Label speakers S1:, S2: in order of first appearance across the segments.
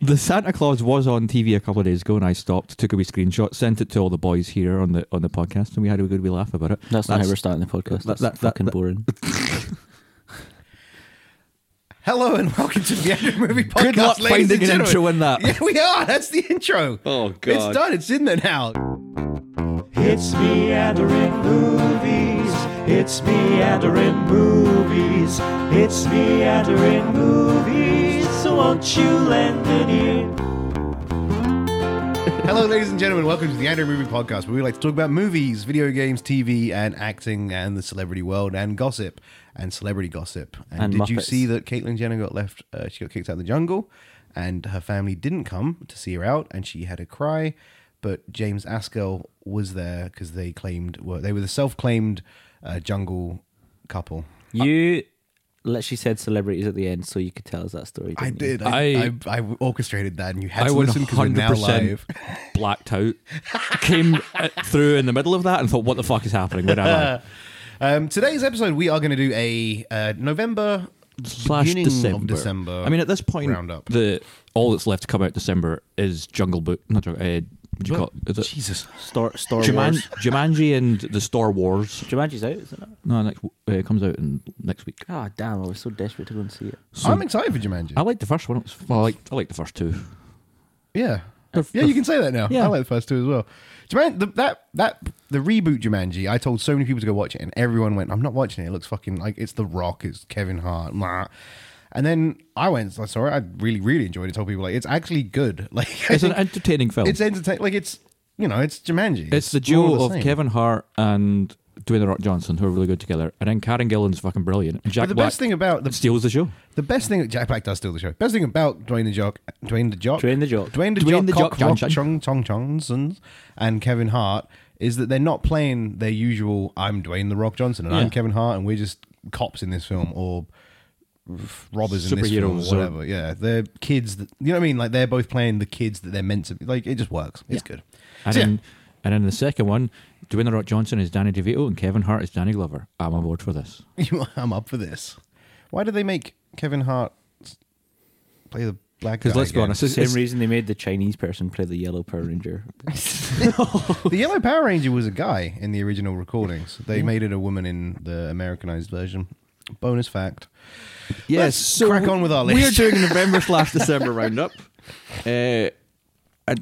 S1: The Santa Claus was on TV a couple of days ago, and I stopped, took a wee screenshot, sent it to all the boys here on the on the podcast, and we had a good wee laugh about it.
S2: That's, not how
S1: That's-
S2: we're starting the podcast.
S1: that-
S2: That's
S1: that- that-
S2: fucking
S1: that-
S2: boring.
S3: Hello and welcome to the Andrew Movie Podcast.
S1: Good luck
S3: ladies
S1: finding
S3: and
S1: an intro
S3: gentlemen.
S1: in that.
S3: Yeah, we are. That's the intro.
S1: Oh,
S3: It's done. It's in there now.
S4: It's meandering movies. It's meandering movies. It's meandering movies. So won't you lend an ear?
S3: Hello, ladies and gentlemen. Welcome to the Andrew Movie Podcast, where we like to talk about movies, video games, TV, and acting, and the celebrity world, and gossip, and celebrity gossip. And,
S2: And
S3: did you
S2: Muppets.
S3: see that Caitlyn Jenner got left? Uh, she got kicked out of the jungle, and her family didn't come to see her out, and she had a cry. But James Askell was there because they claimed well, they were the self-claimed uh, jungle couple.
S2: You literally said celebrities at the end, so you could tell us that story.
S3: I
S2: didn't you?
S3: did.
S1: I-
S3: I, I, I orchestrated that, and you had
S1: I
S3: to
S1: would
S3: listen because we're now
S1: 100%
S3: live.
S1: blacked out. Came uh, through in the middle of that and thought, what the fuck is happening? Where am I?
S3: Um, today's episode, we are going to do a uh, November
S1: Slash
S3: beginning
S1: December.
S3: of December.
S1: I mean, at this point,
S3: roundup.
S1: the all that's left to come out December is Jungle Book. Not Jungle. Uh, what do you call it? Is it
S3: Jesus,
S2: Star, Star
S1: Juman-
S2: Wars.
S1: Jumanji and the Star Wars?
S2: Jumanji's out, isn't it?
S1: No, next w- uh, it comes out in next week.
S2: Oh, damn. I was so desperate to go and see it.
S3: I'm excited for Jumanji.
S1: I like the first one. It was- Well, I like I like the first two.
S3: yeah, yeah, you can say that now.
S1: Yeah.
S3: I like the first two as well. Jumanji, the, that that the reboot Jumanji. I told so many people to go watch it, and everyone went, "I'm not watching it. It looks fucking like it's The Rock, it's Kevin Hart." Blah. And then I went, I saw it. I really, really enjoyed it. Told people like it's actually good. Like I
S1: It's an
S3: think
S1: entertaining film.
S3: it's entertaining. Like it's you know it's Jumanji.
S1: It's the
S3: more
S1: duo
S3: the
S1: of
S3: same.
S1: Kevin Hart and Dwayne The Rock Johnson, who are really good together. And then Karen Gillan's fucking brilliant. And Jack
S3: But the
S1: Black
S3: best thing about the
S1: steals the show.
S3: The best thing Jack Black does steal the show. Best thing about Dwayne the Jock, Dwayne the Jock,
S2: Dwayne the Jock.
S3: Dwayne the
S1: Dwayne
S3: Jock,
S1: the Jock
S3: Cock Rock,
S1: Johnson.
S3: Chong Chong Johnson, and Kevin Hart is that they're not playing their usual. I'm Dwayne the Rock Johnson and
S1: Yeah.
S3: I'm Kevin Hart, and we're just cops in this film or f- robbers in this film
S1: Superheroes
S3: or
S1: or-
S3: whatever. yeah, they're kids. That, you know what I mean? Like they're both playing the kids that they're meant to. be. Like it just works. It's good.
S1: And
S3: So, yeah.
S1: then and then the second one, Dwayne The Rock Johnson is Danny DeVito and Kevin Hart is Danny Glover. I'm aboard for this.
S3: You- I'm up for this. Why did they make Kevin Hart play the black?
S1: Because
S3: guy
S1: let's be
S3: again?
S1: honest,
S2: The
S1: it's,
S2: same
S1: it's,
S2: reason they made the Chinese person play the Yellow Power Ranger.
S3: The Yellow Power Ranger was a guy in the original recordings. They made it a woman in the Americanized version. Bonus fact.
S1: yes.
S3: Let's crack on with our
S1: We're
S3: list.
S1: doing November slash December roundup. Uh,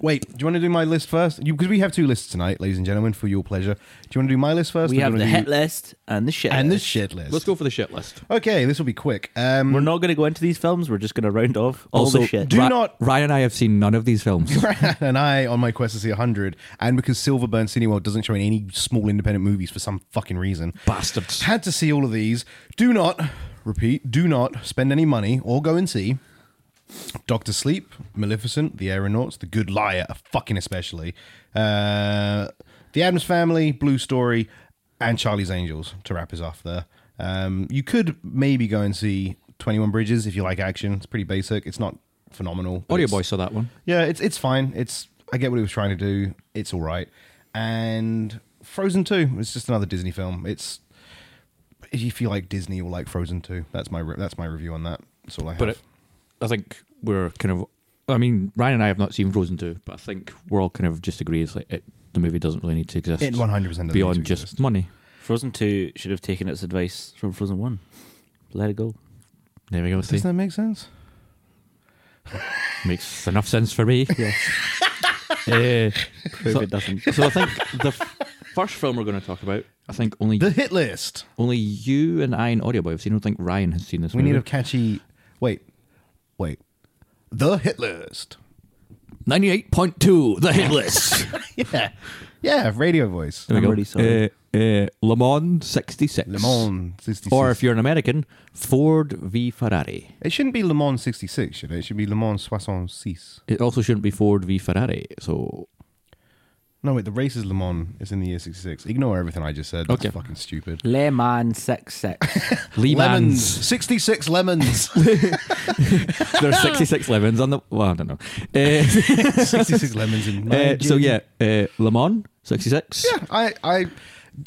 S3: Wait, do you want to do my list first? Because we have two lists tonight, ladies and gentlemen, for your pleasure. Do you want to do my list first?
S2: We
S3: or do you
S2: have
S3: wanna
S2: the
S3: do-
S2: hit list and the shit
S3: and the
S2: list.
S3: shit list.
S1: let's go for the shit list.
S3: Okay, this will be quick. Um,
S2: We're not going to go into these films. We're just going to round off all
S1: also,
S2: the shit.
S3: do-
S1: Ra-
S3: not-
S1: Ryan and I have seen none of these films.
S3: and I on my quest to see 100, and because Silverburn Cineworld doesn't show any small independent movies for some fucking reason,
S1: Bastards.
S3: had to see all of these. Do not repeat. Do not spend any money or go and see Doctor Sleep, Maleficent, The Aeronauts, The Good Liar, fucking especially, uh, The Adams Family, Blue Story, and Charlie's Angels. To wrap us off there, um, you could maybe go and see Twenty One Bridges if you like action. It's pretty basic. It's not phenomenal. but
S1: Audio
S3: it's-
S1: Boy saw that one.
S3: yeah, it's it's fine. It's I get what he was trying to do. It's all right. And Frozen Two is just another Disney film. It's if you feel like Disney, you'll like Frozen Two. That's my re- that's my review on that. That's all I have.
S1: But it, I think we're kind of. I mean, Ryan and I have not seen Frozen 2, but I think we're all kind of just agree it's like it, the movie doesn't really need to exist.
S3: It 100% doesn't
S1: beyond
S3: need to
S1: just
S3: exist.
S1: money.
S2: Frozen 2 should have taken its advice from Frozen 1. Let it go.
S1: There we go. See,
S3: Doesn't that make sense?
S1: makes enough sense for me.
S2: Yes.
S1: Eh,
S2: Prove
S1: so,
S2: it doesn't.
S1: so I think the f- first film we're going to talk about, I think only
S3: The hit list.
S1: only you and I and Audio Boy have seen. I don't think Ryan has seen this.
S3: We need a
S1: movie.
S3: catchy. Wait, wait. The hit list.
S1: ninety-eight point two. The hit list.
S3: Yeah, yeah. Radio voice.
S1: There we
S2: I'm
S1: go.
S2: really sorry.
S1: Eh, eh, Le Mans sixty-six.
S3: Le Mans 66.
S1: Or if you're an American, Ford v Ferrari.
S3: it shouldn't be Le Mans 66, should it? It should be Le Mans 66.
S1: It also shouldn't be Ford v Ferrari. So
S3: No, wait, the race is Le Mans. It's in the year 66. Ignore everything I just said. That's
S1: Okay.
S3: fucking stupid.
S2: Le Mans 6 6.
S1: Lee
S3: Lemons.
S1: Mans.
S3: 66 lemons.
S1: There's 66 lemons on the. Well, I don't know. Eh,
S3: 66 lemons in my
S1: eh, so
S3: gin.
S1: yeah, uh, Le Mans 66.
S3: Yeah, I, I,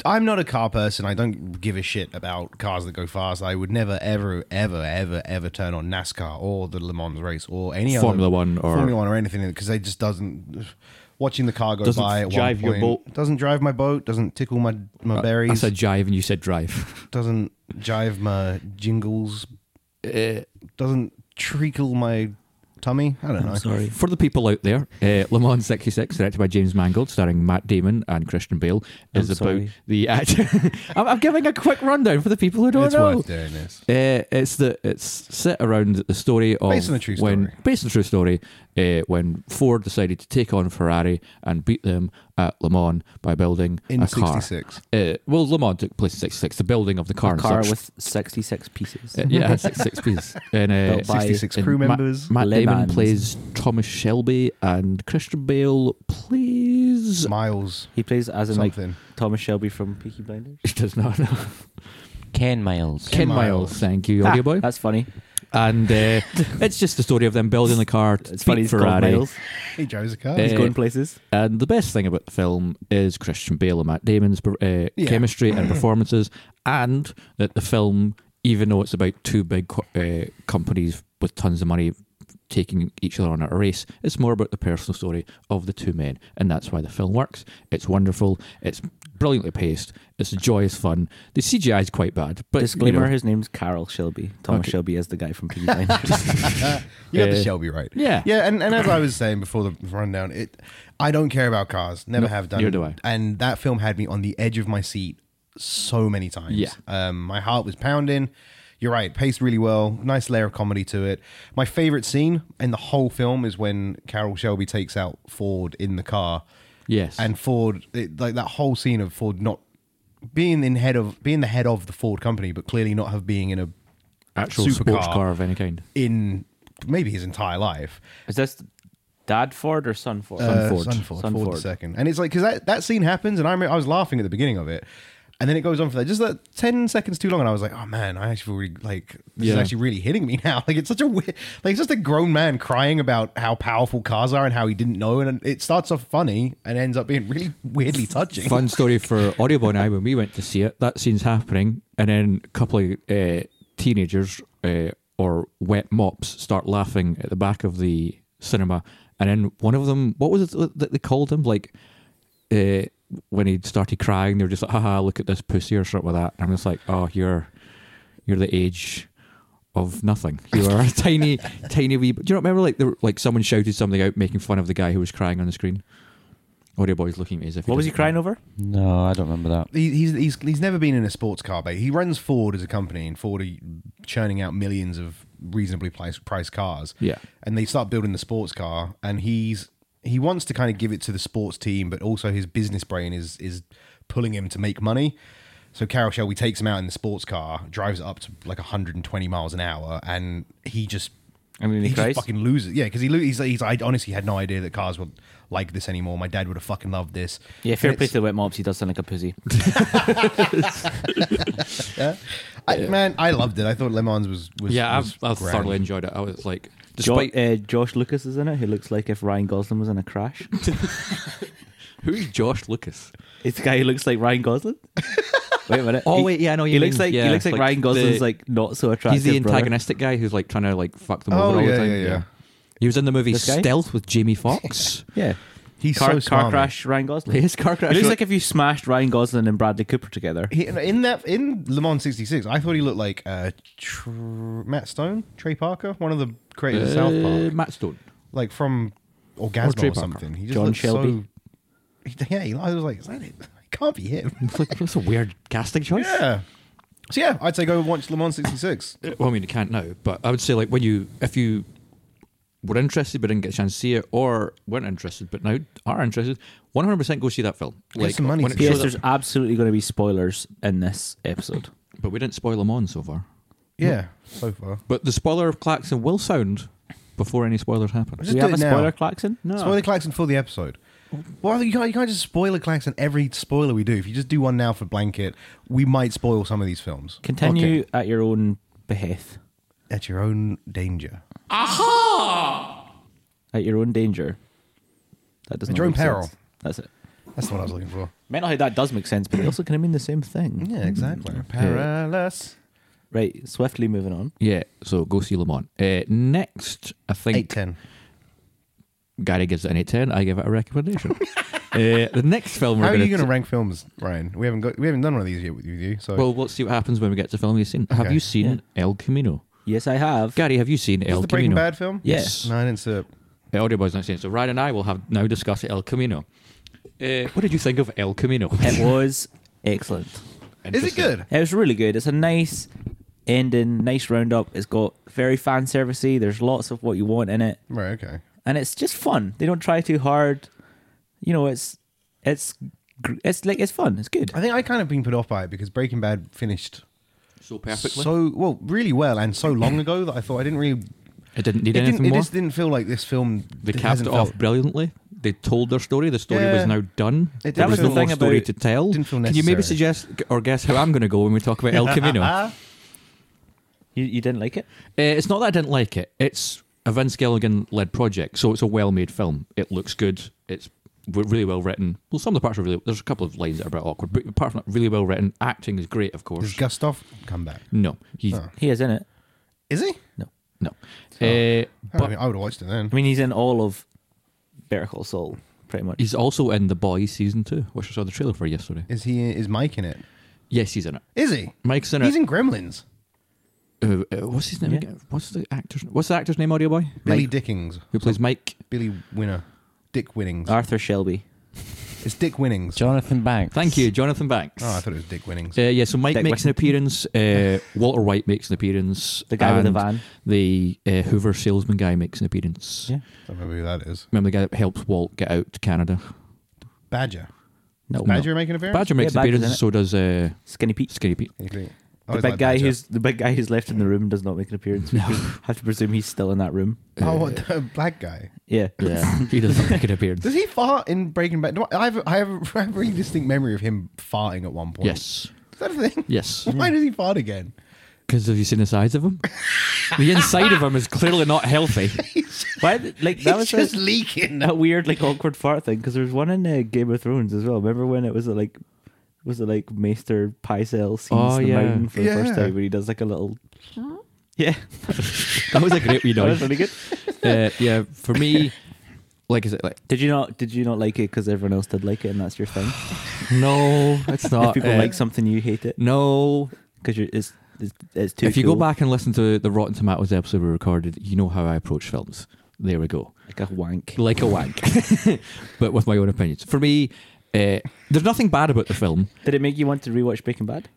S3: I'm not a car person. I don't give a shit about cars that go fast. I would never, ever, ever, ever, ever turn on NASCAR or the Le Mans race or any
S1: Formula
S3: other
S1: One or-
S3: Formula One or anything because they just doesn't. Watching the car go
S1: Doesn't
S3: by at
S1: jive your
S3: one point
S1: boat. Uh,
S3: doesn't drive my boat. Doesn't tickle my my
S1: I
S3: berries.
S1: said jive and you said drive.
S3: doesn't jive my jingles. doesn't treacle my tummy. I don't know.
S2: Sorry.
S1: For the people out there, uh, Le Mans 66, directed by James Mangold, starring Matt Damon and Christian Bale, is
S2: I'm
S1: about
S2: sorry.
S1: the. Act- I'm, I'm giving a quick rundown for the people who don't
S3: It's
S1: know.
S3: worth doing this.
S1: Uh, it's the it's set around the story of
S3: Based on a true
S1: when
S3: story.
S1: based on a true story uh, when Ford decided to take on Ferrari and beat them at Le Mans by building
S3: In
S1: a car.
S3: 66.
S1: Uh, well, Le Mans took place in '66. The building of the car,
S2: A
S1: and
S2: car
S1: such.
S2: with 66 pieces.
S1: Uh, yeah, six, six pieces. And, uh,
S2: Built by
S3: 66
S1: and
S3: crew
S1: Ma-
S3: members.
S1: Matt
S2: Le
S1: Damon
S2: Mans.
S1: plays Thomas Shelby, and Christian Bale plays.
S3: Miles.
S2: He plays as in
S3: Something.
S2: like Thomas Shelby from Peaky Blinders.
S1: He does not know.
S5: Ken Miles.
S1: Ken
S3: Miles.
S1: Miles, thank you, audio boy.
S2: That's funny.
S1: And uh, it's just the story of them building the car. To
S2: It's
S1: beat
S2: funny. He's called
S1: Ferrari.
S2: Miles. Uh,
S3: He drives a car.
S2: He's
S1: Eh,
S2: going places.
S1: And the best thing about the film is Christian Bale and Matt Damon's per- uh,
S3: Yeah.
S1: chemistry and performances, and that the film, even though it's about two big co- uh, companies with tons of money taking each other on at a race, it's more about the personal story of the two men, and that's why the film works. It's wonderful. It's brilliantly paced. It's joyous fun. The CGI is quite bad, but
S2: Disclaimer:
S1: You know,
S2: His name's Carol Shelby. Thomas
S1: Okay.
S2: Shelby is the guy from Peaky Blinders.
S3: You got the
S1: Uh,
S3: Shelby right.
S1: yeah.
S3: Yeah, and, and as I was saying before the rundown, it I don't care about cars. Never
S1: No,
S3: have done.
S1: neither do I.
S3: And that film had me on the edge of my seat so many times.
S1: Yeah.
S3: Um, my heart was pounding. You're right, paced really well. Nice layer of comedy to it. My favorite scene in the whole film is when Carol Shelby takes out Ford in the car.
S1: yes,
S3: and Ford, it, like that whole scene of Ford not being in head of being the head of the Ford company, but clearly not have being in a
S1: actual
S3: supercar
S1: sports car of any kind.
S3: in maybe his entire life.
S2: is this Dad Ford or Son Ford?
S3: Uh, Son Ford,
S2: Son
S3: Ford
S2: Ford.
S3: second, and it's like because that, that scene happens, and I remember, I was laughing at the beginning of it, and then it goes on for that just like ten seconds too long, and I was like, oh man, I actually feel really like this is
S1: Yeah.
S3: actually really hitting me now. Like it's such a weird, like it's just a grown man crying about how powerful cars are and how he didn't know, and it starts off funny and ends up being really weirdly touching.
S1: Fun story for Audioboy and I when we went to see it. That scene's happening, and then a couple of uh, teenagers uh, or wet mops start laughing at the back of the cinema, and then one of them, what was it that they called him? Like uh, when he started crying, they were just like, "Haha, look at this pussy" or something like that. And I'm just like, "Oh, you're you're the age." Of nothing, you are a tiny, tiny wee. Do you not remember like there, were- like someone shouted something out, making fun of the guy who was crying on the screen? Audio boy's looking at me as if.
S2: What was he
S1: doesn't know.
S2: crying over?
S5: No, I don't remember that.
S3: He- he's he's he's never been in a sports car, but he runs Ford as a company, and Ford are churning out millions of reasonably priced, priced cars.
S1: Yeah.
S3: and they start building the sports car, and he's he wants to kind of give it to the sports team, but also his business brain is is pulling him to make money. So Carol Shelby takes him out in the sports car, drives it up to like 120 miles an hour, and he just
S2: And then he
S3: just
S2: cries?
S3: fucking loses. Yeah, because he lo- he's, he's I honestly had no idea that cars were like this anymore. My dad would have fucking loved this.
S2: Yeah, fair
S3: And
S2: play
S3: it's-
S2: to the wet mops. He does sound like a pussy.
S3: I, man, I loved it. I thought Le Mans was, was
S1: Yeah,
S3: was
S1: I've, I've
S3: grand.
S1: thoroughly enjoyed it. I was like,
S2: Jo-
S1: despite
S2: uh, Josh Lucas is in it. He looks like if Ryan Gosling was in a crash.
S1: who's Josh Lucas?
S2: it's the guy who looks like Ryan Gosling. Oh, Wait a minute. He-
S1: yeah, I know
S2: He, looks like he looks like, Ryan Gosling's like not so attractive.
S1: he's the
S2: brother.
S1: antagonistic guy who's like trying to like fuck them
S3: Oh,
S1: over all
S3: yeah,
S1: the time.
S3: yeah, yeah.
S1: He was in the movie
S2: This guy?
S1: Stealth with Jamie Foxx.
S2: Yeah.
S3: He's
S2: car,
S3: so
S2: car
S3: smarmy.
S2: crash Ryan Gosling.
S1: His car
S2: It
S1: crash.
S2: looks like if you smashed Ryan Gosling and Bradley Cooper together.
S3: He, in that in Le Mans '66, I thought he looked like uh, Tr- Matt Stone, Trey Parker, one of the creators of South
S1: Uh,
S3: Park,
S1: Matt Stone.
S3: like from
S1: or
S3: Orgasmo
S1: Trey
S3: or,
S1: Parker.
S3: something. He just
S2: John
S3: looked
S2: Shelby.
S3: So, he- yeah, he, I was like, is that it? It can't be him.
S1: It's like, that's a weird casting choice.
S3: yeah. So yeah, I'd say go watch Le Mans '66.
S1: Well, I mean, you can't now, but I would say like when you, if you were interested but didn't get a chance to see it, or weren't interested but now are interested, one hundred percent go see that film.
S3: Get some money
S1: when
S3: to
S1: it shows
S2: P.S.
S3: Sure.
S1: up-
S2: There's absolutely going to be spoilers in this episode.
S1: but we didn't spoil them on so far.
S3: Yeah, so far.
S1: But the spoiler of Claxon will sound before any spoilers happen.
S3: Just
S2: Do we
S3: do
S2: have a
S3: it now.
S2: spoiler klaxon? No.
S3: Spoiler klaxon for the episode. Well, you can't, you can't just spoil a klaxon every spoiler we do. If you just do one now for blanket, we might spoil some of these films
S2: Continue at your own behest,
S3: at your own danger,
S2: at your own danger. That doesn't
S3: your own
S2: make
S3: peril.
S2: sense. That's it.
S3: That's the one I was looking for.
S2: Mental head, that does make sense, but they also kind of mean the same thing.
S3: Yeah, exactly. Paralysis.
S2: Right, swiftly moving on.
S1: Yeah, so go see Lamont. Uh, next, I think
S3: Eight ten.
S1: Gary gives it an 8 10. I give it a recommendation. uh, the next film we're
S3: How are you
S1: going
S3: going
S1: to.
S3: to rank films, Ryan? We haven't got we haven't done one of these yet with you. So
S1: Well, let's see what happens when we get to film you've seen. Have
S3: Okay.
S1: you seen El Camino?
S2: Yes, I have.
S1: Gary, have you seen
S3: is
S1: El
S3: the Breaking
S1: Camino?
S3: Bad film?
S1: Yes.
S3: No, I didn't see it.
S1: The audio boy's not saying. So Ryan and I will have now discuss El Camino. Uh, what did you think of El Camino?
S2: It was excellent.
S3: Is it
S1: Interesting.
S3: good?
S2: It was really good. It's a nice ending, nice roundup. It's got very fan servicey. There's lots of what you want in it,
S3: Right. Okay.
S2: and it's just fun. They don't try too hard. You know, it's it's gr- it's like it's fun. It's good.
S3: I think I kind of been put off by it because Breaking Bad finished
S1: So perfectly.
S3: so well, really well, and so long ago that I thought I didn't really.
S1: it didn't
S3: It,
S1: need anything
S3: didn't, it
S1: more.
S3: just didn't feel like this film.
S1: they
S3: d-
S1: capped it
S3: hasn't
S1: off
S3: felt-
S1: brilliantly. They told their story. The story
S3: Yeah.
S1: was now done.
S3: It
S1: There
S3: didn't
S1: was no
S3: feel-
S1: more
S2: Thing
S1: story
S2: about-
S1: to tell.
S3: didn't feel
S1: Can you maybe
S3: necessary. Uh-huh.
S1: suggest or guess how I'm going to go when we talk about El Camino? uh,
S2: You, you didn't like it?
S1: it's not that I didn't like it. It's a Vince Gilligan led project, so it's a well made film. It looks good. It's w- really well written. Well, some of the parts are really. There's a couple of lines that are a bit awkward, but apart from that, really well written. Acting is great, of
S3: Does
S1: course.
S3: Gustav come back?
S1: No, he's
S3: Oh.
S2: He is in it.
S3: Is he?
S1: no. Uh,
S3: I,
S1: but
S3: mean, I would have watched it then.
S2: I mean, he's in all of Better Call Saul, pretty much.
S1: he's also in The Boys season two, which I saw the trailer for yesterday.
S3: Is he? Is Mike in it?
S1: Yes, he's in it.
S3: Is he?
S1: Mike's in it.
S3: He's in Gremlins.
S1: Uh, uh, what's his name
S2: Yeah.
S1: again? What's the actor's? What's the actor's name? Audio boy.
S3: Billy
S1: Mike,
S3: Dickings.
S1: who plays Mike?
S3: Billy Winner. Dick Winnings.
S2: Arthur Shelby.
S3: it's Dick Winnings.
S5: Jonathan Banks.
S1: Thank you, Jonathan Banks.
S3: oh, I thought it was Dick Winnings.
S1: Uh, yeah, so Mike
S2: Dick
S1: makes an appearance. Uh, Walter White makes an appearance.
S2: The guy with the
S1: and
S2: van.
S1: The uh, Hoover salesman guy makes an appearance.
S2: Yeah.
S3: I don't remember who that is.
S1: Remember the guy that helps Walt get out to Canada?
S3: Badger.
S1: No.
S3: Badger making an appearance.
S1: Badger makes
S2: Yeah,
S1: an
S2: Badger's
S1: appearance,
S2: in
S1: and
S2: it.
S1: so does uh,
S2: Skinny Pete.
S1: Skinny Pete.
S3: You think-
S2: The
S3: I always
S2: big
S3: liked
S2: guy
S3: Badger.
S2: who's the big guy who's left in the room does not make an appearance. We have to presume he's still in that room.
S3: oh, what, the black guy.
S2: Yeah.
S1: Yeah, he doesn't make an appearance.
S3: Does he fart in Breaking Bad? No, I have, I have a very distinct memory of him farting at one point.
S1: Yes,
S3: Is that a thing?
S1: yes.
S3: Why does he fart again?
S1: Because have you seen the size of him? the inside of him is clearly not healthy.
S2: Why? th- Like that was
S3: He's
S2: just
S3: just leaking.
S2: that weird like awkward fart thing because there's one in uh, Game of Thrones as well. Remember when it was uh, like was it like Maester Pycelle sees
S1: Oh,
S2: the
S1: yeah.
S2: mountain for the first
S3: Yeah.
S2: time when he does like a little. Yeah,
S1: That was a great wee
S2: that
S1: noise.
S2: was really good.
S1: uh, yeah, for me, like is it like
S2: Did you not? Did you not like it because everyone else did like it and that's your thing?
S1: no, it's not.
S2: if people
S1: uh,
S2: like something, you hate it
S1: no.
S2: because you're it's, it's it's too.
S1: if you go
S2: cool.
S1: back and listen to the Rotten Tomatoes episode we recorded, you know how I approach films. There we go,
S2: like a wank,
S1: like a wank, but with my own opinions. For me, uh, there's nothing bad about the film.
S2: did it make you want to rewatch Breaking Bad?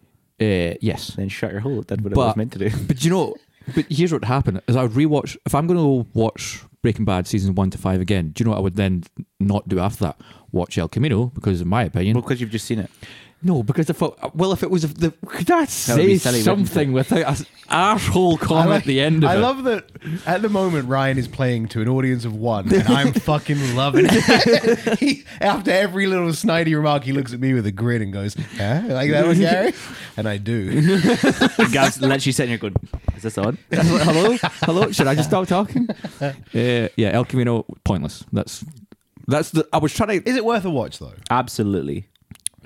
S1: Uh, yes,
S2: Then shut your hole. It did what it
S1: But-
S2: was meant to do.
S1: but you know, but here's what happened: is I would rewatch. If I'm going to watch Breaking Bad season one to five again, do you know what I would then not do after that? Watch El Camino because, in my opinion,
S2: Well, because you've just seen it.
S1: No, because I thought, well, if it was the could I
S2: would
S1: say
S2: be silly, wouldn't
S1: something without an asshole
S3: I
S1: comment
S3: like-
S1: at the end of
S3: I
S1: it?
S3: love that at the moment Ryan is playing to an audience of one, and I'm fucking loving it. he, after every little snidey remark, he looks at me with a grin and goes, "Huh? Like that one, Gary?" And I do.
S2: Gav's literally sitting here going, "Is this on?"
S1: hello, hello. Should I just stop talking? uh, yeah, El Camino, pointless. That's that's the. I was trying to.
S3: Is it worth a watch though?
S2: Absolutely.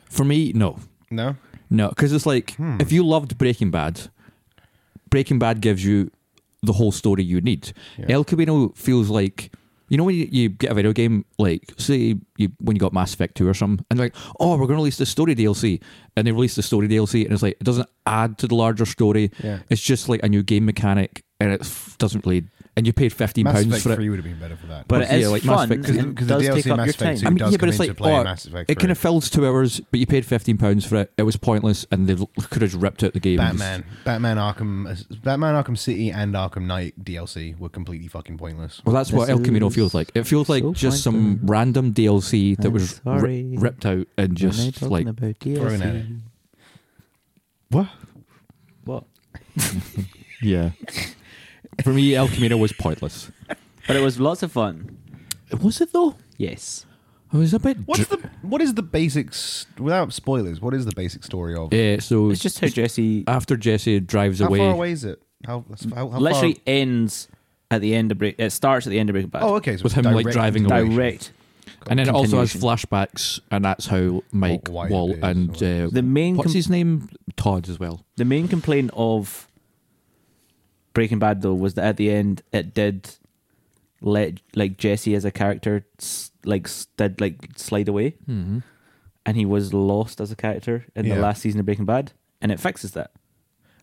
S1: For me, no,
S3: No.
S1: no, because it's like
S3: Hmm.
S1: if you loved Breaking Bad, Breaking Bad gives you the whole story you need. El Camino feels like you know when you, you get a video game, like say you when you got Mass Effect two or something, and they're like, oh, we're going to release the story DLC, and they release the story DLC, and it's like it doesn't add to the larger story.
S3: Yeah.
S1: It's just like a new game mechanic, and it f- doesn't really. And you paid fifteen
S3: Mass
S1: pounds
S3: Effect
S1: for it.
S3: Three would have been better for that.
S2: But
S1: Well,
S2: it
S1: yeah,
S2: is
S1: like Mass
S2: fun
S1: Effect, 'cause-
S2: and
S3: because the
S2: does
S3: DLC
S2: take up
S3: Mass
S2: your
S3: Effect
S2: time.
S3: two- does come into play
S1: oh,
S3: Mass Effect
S1: it kind of
S3: 3.
S1: fills two hours, but you paid fifteen pounds for it. It was pointless, and they could have ripped out the game. and just-
S3: Batman, Batman Arkham, Batman Arkham City, and Arkham Knight DLC were completely fucking pointless.
S1: Well, that's what
S2: This
S1: El Camino
S2: is
S1: feels like. It feels like
S2: so
S1: just some
S2: pointless.
S1: random DLC that
S2: I'm
S1: was ri-
S2: sorry.
S1: ripped out and just like
S2: about
S3: Throwing at it.
S1: what?
S2: What?
S1: Yeah. For me, El Camino was pointless.
S2: But it was lots of fun.
S1: Was it though?
S2: Yes.
S1: I was a bit.
S3: What's the what is the basics without spoilers? What is the basic story of?
S1: Yeah. So
S2: It's just how Jesse
S1: after Jesse drives
S3: how
S1: away.
S3: far away is it? How, how, how
S2: literally
S3: Far?
S2: ends at the end of break. It starts at the end of Breaking Bad.
S3: Oh, okay. So
S1: With
S3: it's
S1: him, like,
S3: direct
S1: driving away.
S3: continuation.
S2: direct.
S1: And then it also has
S5: Continuation.
S1: flashbacks, and that's how Mike
S3: Oh, why it
S1: Wall
S3: is,
S1: and
S3: or-
S1: uh,
S2: The main
S1: what's
S2: com-
S1: his name Todd as well.
S2: The main complaint of Breaking Bad though was that at the end it did let like Jesse as a character s- like s- did like slide away
S1: Mm-hmm.
S2: and he was lost as a character in
S3: Yeah.
S2: the last season of Breaking Bad and it fixes that.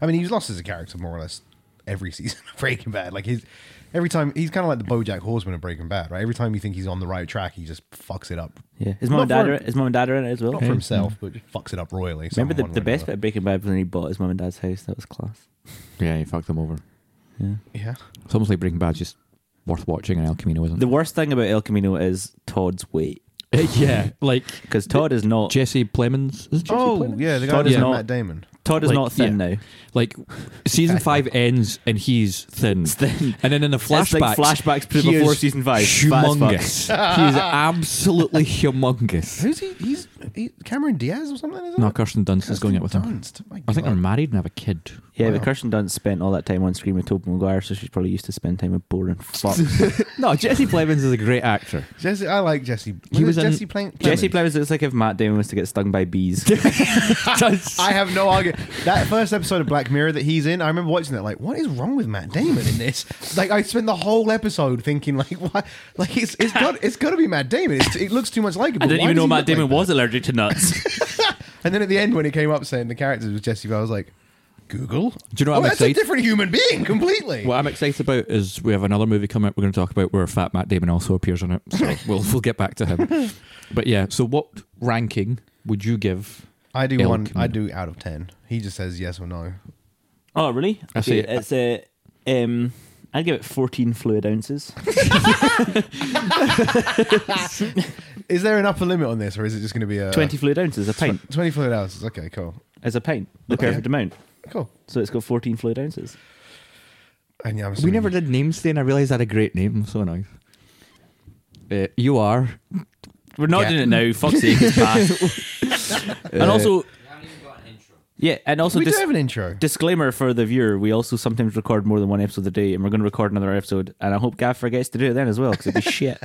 S3: I mean, he's lost as a character more or less every season of Breaking Bad. Like he's every time he's kind of like the BoJack Horseman of Breaking Bad, right? Every time you think he's on the right track, he just fucks it up.
S2: Yeah. His mom and
S3: Not
S2: dad
S3: for-
S2: are his mom and dad are in it as well.
S3: Not for himself, but just fucks it up royally.
S2: Remember the,
S3: someone
S2: the
S3: would
S2: best bit
S3: never-
S2: of Breaking Bad was when he bought his mum and dad's house. That was class.
S1: Yeah, he fucked them over.
S2: Yeah.
S3: Yeah.
S1: It's almost like Breaking Bad, just worth watching, and El Camino isn't.
S2: The worst thing about El Camino is Todd's weight
S1: yeah, like
S2: because Todd is not
S1: Jesse Plemons. Is it Jesse
S3: Oh,
S1: Plemons?
S3: yeah, the guy
S2: Todd
S3: who
S2: is
S3: played
S2: not-
S3: Matt Damon.
S2: Todd is
S1: like,
S2: not thin
S1: yeah.
S2: now.
S1: Like season five ends, and he's thin.
S2: thin.
S1: And then in the
S2: It's
S1: flashbacks,
S2: like flashbacks to
S1: he
S2: before
S1: is
S2: season five. Fat as
S1: Humongous. he is absolutely humongous.
S3: Who's he? He's he, Cameron Diaz or something. Is
S1: No,
S3: it?
S1: Kirsten Dunst is going out with him.
S3: Dunst. My
S1: I think
S3: God.
S1: they're married and have a kid.
S2: fuck. Yeah,
S3: Wow.
S2: but Kirsten Dunst spent all that time on screen with Tobey Maguire, so she's probably used to spend time with boring fucks.
S1: No, Jesse Plemons is a great actor.
S3: Jesse. I like Jesse.
S1: He
S3: He
S1: was
S3: was it
S1: in-
S3: Jesse playing.
S2: Jesse Plemons looks like if Matt Damon was to get stung by bees.
S3: I have no argument. That first episode of Black Mirror that he's in, I remember watching that. Like, what is wrong with Matt Damon in this? Like, I spent the whole episode thinking, like, why? Like, it's it's got it's got to be Matt Damon. It's, it looks too much like him. but why does he look like that?
S2: allergic to nuts.
S3: And then at the end, when he came up saying the characters was Jesse, I was like, Google. Do
S1: you know what
S3: Oh,
S1: I'm
S3: that's a
S1: excited-
S3: different human being completely.
S1: What I'm excited about is we have another movie coming up. We're going to talk about where Fat Matt Damon also appears on it. So we'll we'll get back to him. But yeah, so what ranking would you give?
S3: I do
S1: Elk
S3: one. I
S1: man.
S3: do out of ten. He just says yes or no.
S2: oh, really?
S1: I see.
S2: Okay, It's a. Um, I'd give it 14 fluid ounces.
S3: Is there an upper limit on this, or is it just going to be a
S2: 20 fluid ounces, a pint.
S3: Tw- Twenty fluid ounces. Okay, cool,
S2: As a pint, the
S3: Okay.
S2: perfect amount.
S3: cool.
S2: So it's got 14 fluid ounces.
S3: And yeah, I'm
S1: We
S3: assuming-
S1: never did names today, and I realised I had a great name. So nice. Uh, you are.
S2: We're not
S3: Yeah.
S2: doing it now. Foxy. and also, yeah, and also
S3: We
S2: dis-
S3: do have an intro.
S2: disclaimer for the viewer: we also sometimes record more than one episode a day, and we're going to record another episode. And I hope Gav forgets to do it then as well because it'd be shit.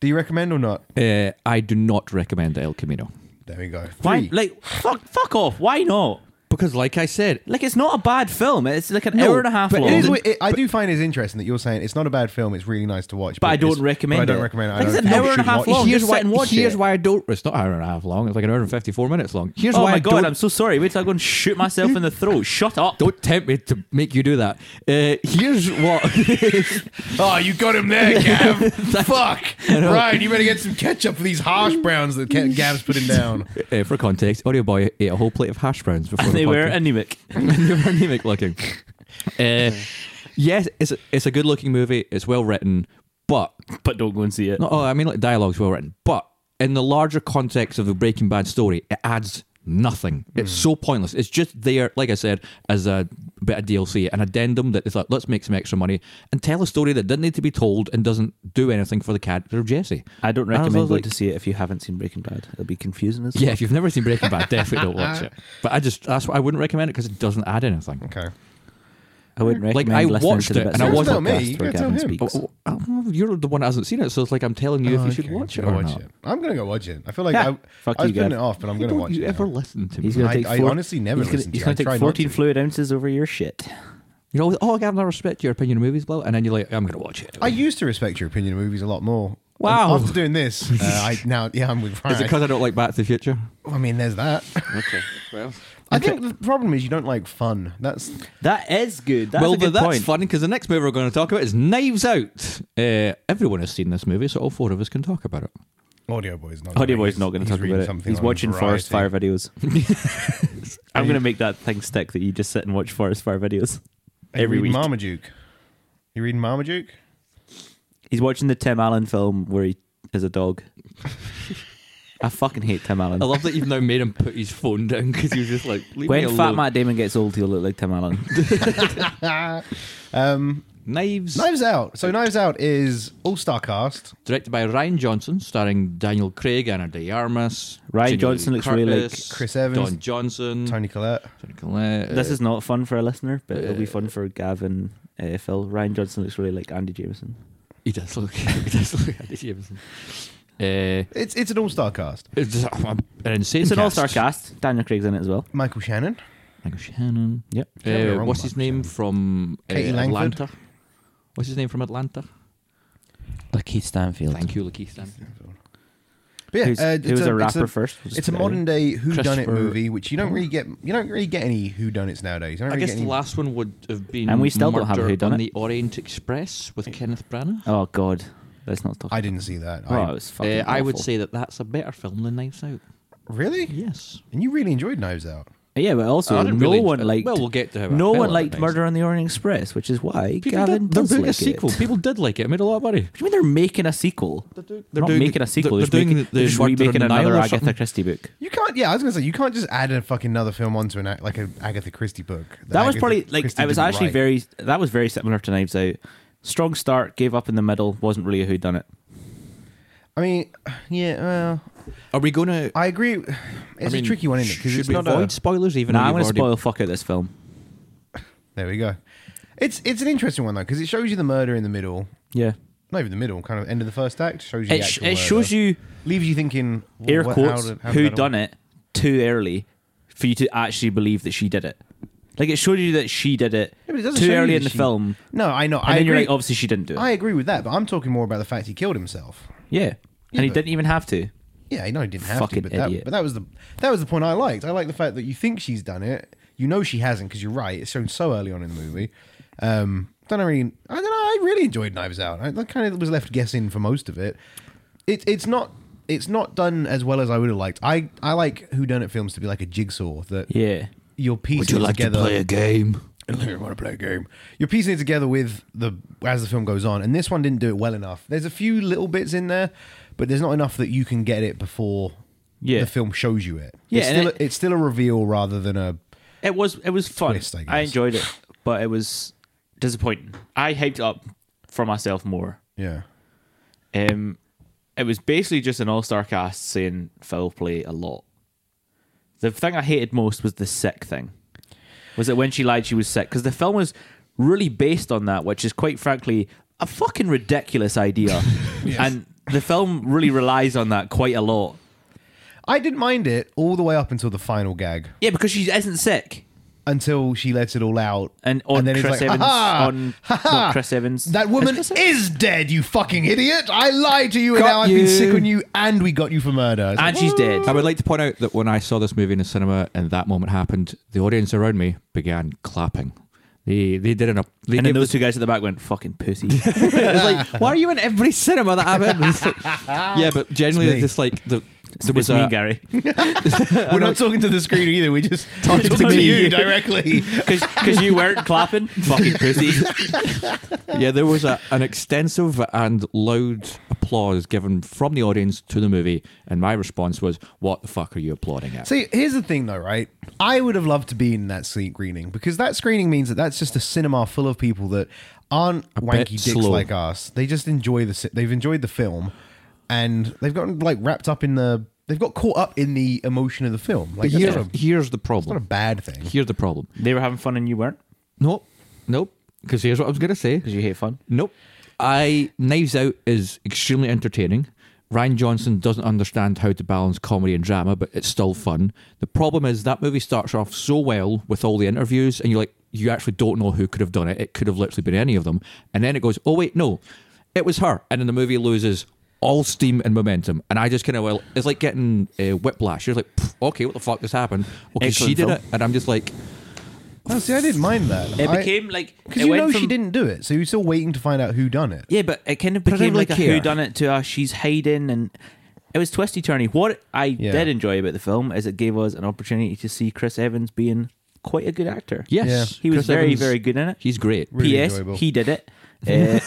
S3: do you recommend or not?
S1: Uh, I do not recommend El Camino
S3: There we go.
S2: Why?
S3: Three.
S2: Like, fuck, fuck off. Why not?
S1: because, like I said,
S2: Like, it's not a bad film. It's like an
S1: No,
S2: hour and a half
S1: but it
S2: long.
S3: It is
S1: Well,
S3: what- it- I do find it's interesting that you're saying it's not a bad film. It's really nice to watch,
S2: But I don't
S3: it's-
S2: recommend
S3: But I don't
S2: it.
S3: recommend. It.
S2: Like I
S3: I
S2: said,
S3: don't think
S2: an
S3: you
S2: hour and a
S3: should
S2: half
S3: watch
S2: long.
S3: it.
S1: here's
S2: just
S1: why.
S2: sit and watch
S1: here's
S2: it.
S1: why I don't. It's not an hour and a half long. It's like an hour and fifty-four minutes long. Here's
S2: oh
S1: why
S2: my
S1: I
S2: god,
S1: don't
S2: I'm so sorry. Wait till I go and shoot myself in the throat. Shut up.
S1: Don't tempt me to make you do that. Uh, here's what.
S3: Oh, you got him there, Gav. Fuck, Ryan. You better get some ketchup for these harsh browns that Ke- Gav's putting down.
S1: uh, for context, Audio Boy ate a whole plate of hash browns before
S2: They
S1: the
S2: were
S1: podcast.
S2: anemic.
S1: they were anemic looking. Uh, yes, it's a, it's a good looking movie. It's well written, but
S2: But don't go and see it.
S1: no, oh, I mean, like dialogue's well written, but in the larger context of the Breaking Bad story, it adds nothing. It's so pointless. It's just there, like I said, as a bit of DLC, an addendum that they thought, let's make some extra money and tell a story that didn't need to be told and doesn't do anything for the character of Jesse.
S2: I don't
S1: And was
S2: recommend going
S1: like-
S2: to see it if you haven't seen Breaking Bad. It'll be confusing as
S1: Yeah, if you've never seen Breaking Bad, definitely don't watch it. But I just that's why I wouldn't recommend it because it doesn't add anything.
S3: Okay.
S2: I wouldn't
S1: Like,
S2: recommend
S1: I
S2: listening
S1: watched
S2: to the
S1: it
S2: bits
S1: and
S2: of
S1: I
S2: the
S1: watched-
S3: Tell me,
S2: podcast
S3: you
S2: where
S3: gotta tell
S2: Gavin
S3: him.
S2: speaks.
S1: Oh, oh, you're the one that hasn't seen it, so it's like I'm telling you if you should
S3: Okay,
S1: watch it
S3: I'm gonna
S1: or
S3: watch
S1: not.
S3: it. I'm gonna go watch it. I feel like
S2: Yeah.
S3: I,
S2: Fuck
S3: I was
S2: you,
S3: putting
S2: Gav.
S3: it off, but I'm
S1: Why
S3: gonna
S1: don't
S3: watch
S1: you
S3: it.
S1: ever
S3: now.
S1: listen to me?
S2: He's going
S3: I-
S2: to take
S3: I
S2: four-
S3: honestly never
S2: he's gonna-
S3: listen to
S2: He's
S3: you.
S2: going
S3: I
S2: to
S3: try
S2: take
S3: not
S2: 14
S3: to.
S2: fluid ounces over your shit.
S1: You know, oh, Gavin, I respect your opinion of movies, blah, and then you're like, I'm going to watch it.
S3: I used to respect your opinion of movies a lot more.
S1: Wow.
S3: After doing this, uh, I now yeah, I'm with Ryan.
S1: Is it because I don't like Back to the Future?
S3: I mean, there's that.
S1: Okay, well.
S3: I think the problem is you don't like fun. That's
S2: That is good. That's
S1: well,
S2: a good
S1: but that's
S2: point.
S1: fun because the next movie we're going to talk about is Knives Out. Uh, everyone has seen this movie, so all four of us can talk about it.
S3: Audio Boy's not.
S2: Audio
S3: doing
S2: Boy's
S3: He's-
S2: not going to
S3: he's
S2: talk
S3: reading
S2: about it.
S3: something
S2: He's
S3: on
S2: watching forest fire
S3: Variety.
S2: videos. I'm going to make that thing stick that you just sit and watch forest fire videos
S3: Are you
S2: every
S3: reading
S2: week.
S3: Marmaduke. You reading Marmaduke?
S2: He's watching the Tim Allen film where he is a dog. I fucking hate Tim Allen.
S1: I love that you've now made him put his phone down because he was just like, leave me
S2: When Fat
S1: alone.
S2: Matt Damon gets old, he'll look like Tim Allen.
S3: Um,
S1: Knives,
S3: Knives Out. So Knives Out is all star cast.
S1: directed by Ryan Johnson, starring Daniel Craig, Anna De Armas.
S2: Ryan
S1: Jamie
S2: Johnson
S1: Lee
S2: looks really like
S1: Curtis,
S3: Chris Evans,
S1: Don
S2: Mm.
S1: Johnson.
S3: Tony Collette.
S1: Tony Collette,
S2: this
S1: uh,
S2: is not fun for a listener, but it'll
S3: uh,
S2: be fun for Gavin. Uh, Phil Ryan Johnson looks really like Andy Jameson.
S1: He does look. He does look Andy Jameson. Uh,
S3: It's it's an all star cast.
S1: it's an insane.
S2: It's an all
S1: cast.
S2: star cast. Daniel Craig's in it as well.
S3: Michael Shannon,
S1: Michael Shannon.
S2: Yep.
S3: Can't be
S1: Uh,
S3: wrong,
S1: what's his
S3: Michael
S1: name
S3: Shannon.
S1: from uh,
S3: Katie Langford.
S1: Atlanta? What's his name from Atlanta?
S5: Lakeith Stanfield.
S1: Thank you, Lakeith. Stanfield.
S3: but yeah,
S2: Who's-
S3: uh,
S2: who was
S3: it's
S2: a rapper
S3: it's
S2: first.
S3: A, it's a modern day Who Done It
S1: Christopher-
S3: movie, which you don't really get. You don't really get any Who Done It's nowadays. You don't
S1: I
S3: really
S1: guess
S3: get
S1: the
S3: any-
S1: last one would have been
S2: And we still don't have a
S1: Murder
S2: whodunit.
S1: on the Orient Express with Kenneth Branagh.
S2: Oh God, let's not talk.
S3: I didn't see that.
S2: Oh,
S3: I-
S2: it was fucking.
S1: Uh, I would
S2: awful.
S1: say that that's a better film than Knives Out.
S3: really?
S1: Yes.
S3: And you really enjoyed Knives Out.
S2: Yeah, but also
S1: I
S2: no
S1: didn't really-
S2: one
S1: uh,
S2: liked.
S1: Well, we'll get to how I
S2: no
S1: felt
S2: one
S1: about
S2: liked
S1: Knives
S2: Murder on the Orient Express, which is why
S1: People
S2: Gavin
S1: did, they're
S2: does
S1: doing
S2: like
S1: a sequel.
S2: It.
S1: People did like it. It made a lot of money.
S2: What do you mean they're making a sequel? They're, not
S1: doing-
S2: making a sequel.
S1: they're
S2: They're,
S1: doing
S2: making,
S1: the-
S2: they're just
S1: Murder on the
S2: remaking
S1: Nile
S2: another
S1: or
S2: Agatha
S1: something.
S2: Christie book.
S3: You can't. Yeah, I was gonna say you can't just add a fucking another film onto an act- like an Agatha Christie book.
S2: That was
S3: Agatha
S2: probably like
S3: Christie
S2: I was
S3: didn't
S2: actually
S3: write.
S2: very. That was very similar to Knives Out. Strong start, gave up in the middle. Wasn't really a who done it.
S3: I mean, yeah. Well,
S1: Are we going to?
S3: I agree. It's a tricky one, isn't it?
S1: Should
S3: it's
S1: we uh,
S3: not
S1: avoid
S3: A,
S1: spoilers? Even
S2: Nah, I'm
S1: though
S2: going
S1: you've
S2: to
S1: already-
S2: spoil fuck out this film.
S3: there we go. It's it's an interesting one though because it shows you the murder in the middle,
S2: Yeah,
S3: not even the middle, kind of end of the first act. Shows you.
S2: it,
S3: the
S2: sh-
S3: actual
S2: it shows
S3: murder.
S2: you
S3: Leaves you thinking. well,
S2: air
S3: what- how
S2: quotes
S3: did- how did
S2: who
S3: that all-
S2: done it too early for you to actually believe that she did it. Like it showed you that she did it,
S3: Yeah, but it doesn't
S2: too
S3: show you
S2: early in
S3: that
S2: the
S3: she-
S2: film,
S3: No, I know.
S2: and
S3: I
S2: then
S3: agree.
S2: you're like, "Oh, obviously she didn't do it.
S3: I agree with that, but I'm talking more about the fact he killed himself.
S2: yeah. and he
S3: but-
S2: didn't even have to.
S3: Yeah, I know he didn't have
S2: Fucking
S3: to, but that,
S2: idiot.
S3: but that was the that was the point I liked. I like the fact that you think she's done it, you know she hasn't because you're right. It's shown so early on in the movie. Um, don't know really, I don't know. I really enjoyed Knives Out. I, I kind of was left guessing for most of it. It it's not it's not done as well as I would have liked. I I like whodunit films to be like a jigsaw that
S2: Yeah,
S3: you're piecing together.
S1: game?
S3: I want to play a game. You're piecing it together with the as the film goes on, and this one didn't do it well enough. There's a few little bits in there, but there's not enough that you can get it before
S2: Yeah.
S3: the film shows you it.
S2: Yeah,
S3: it's
S2: and
S3: still,
S2: it-
S3: a, it's still a reveal rather than a.
S2: it was it was fun.
S3: Twist, I
S2: I
S3: guess.
S2: enjoyed it, but it was disappointing. I hyped up for myself more.
S3: Yeah,
S2: Um, it was basically just an all-star cast saying foul play a lot. The thing I hated most was the sick thing. Was that when she lied, she was sick? Because the film was really based on that, which is quite frankly a fucking ridiculous idea, and the film really relies on that quite a lot.
S3: I didn't mind it all the way up until the final gag,
S2: Yeah, because she isn't sick,
S3: until she lets it all out,
S2: and on
S3: it's
S2: Chris
S3: like,
S2: Evans,
S3: "Ha-ha!
S2: on
S3: Ha-ha!
S2: not Chris Evans,
S3: That woman is dead, you fucking idiot! I lied to you, and
S2: Got
S3: now I've
S2: you.
S3: been sick on you, and we got you for murder. It's
S2: and
S3: like,
S2: she's dead.
S1: I would like to point out that when I saw this movie in the cinema and that moment happened, the audience around me began clapping. They they didn't. a- They
S2: And then
S1: gave
S2: those two guys at the back went fucking pussy.
S1: it was like, why are you in every cinema that I'm in? It's like- yeah, but generally,
S3: It's me.
S1: it's just like the, there was
S2: it's me,
S1: a,
S2: Gary.
S3: we're not talking to the screen either. We're just talking
S2: to
S3: to
S2: you.
S3: you directly.
S2: Because you weren't clapping? Fucking pussy.
S1: yeah, there was a, an extensive and loud applause given from the audience to the movie, and my response was, "What the fuck are you applauding at?"
S3: See, here's the thing, though, right? I would have loved to be in that screening because that screening means that that's just a cinema full of people that aren't wanky
S1: bit
S3: dicks
S1: slow.
S3: like us. They just enjoy the. ci- They've enjoyed the film, and they've gotten like wrapped up in the. They've got caught up in the emotion of the film. Like, that's
S1: Here-
S3: not, a,
S1: here's the
S3: not a
S1: problem.
S3: bad thing.
S1: Here's the problem.
S2: They were having fun and you weren't?
S1: Nope, nope. Because here's what I was gonna say.
S2: Because you hate fun.
S1: Nope. I Knives Out is extremely entertaining. Ryan Johnson doesn't understand how to balance comedy and drama, but it's still fun. The problem is that movie starts off so well with all the interviews, and you're like, you actually don't know who could have done it. It could have literally been any of them. And then it goes, oh, wait, no, it was her. And then the movie loses all steam and momentum. And I just kind of, well, it's like getting uh, whiplash. You're like, "Pff, okay, what the fuck just happened? Okay, she
S2: Excellent
S1: did
S2: film.
S1: it. And I'm just like,
S3: Oh, see, I didn't mind that.
S2: It became like.
S3: because
S2: it
S3: you
S2: went
S3: know she
S2: from-
S3: didn't do it, so you're still waiting to find out who done it.
S2: Yeah, but it kind of
S1: I don't
S2: became
S1: really
S2: like a
S1: care.
S2: who done it to us. She's hiding and. It was twisty turny. What I did enjoy about the film is it gave us an opportunity to see Chris Evans being quite a good actor.
S1: yes.
S3: Yeah.
S2: He was
S1: Chris
S2: very,
S1: Evans,
S2: very good in it.
S1: He's great.
S3: really
S2: P.S.
S3: enjoyable.
S2: He did it. Uh,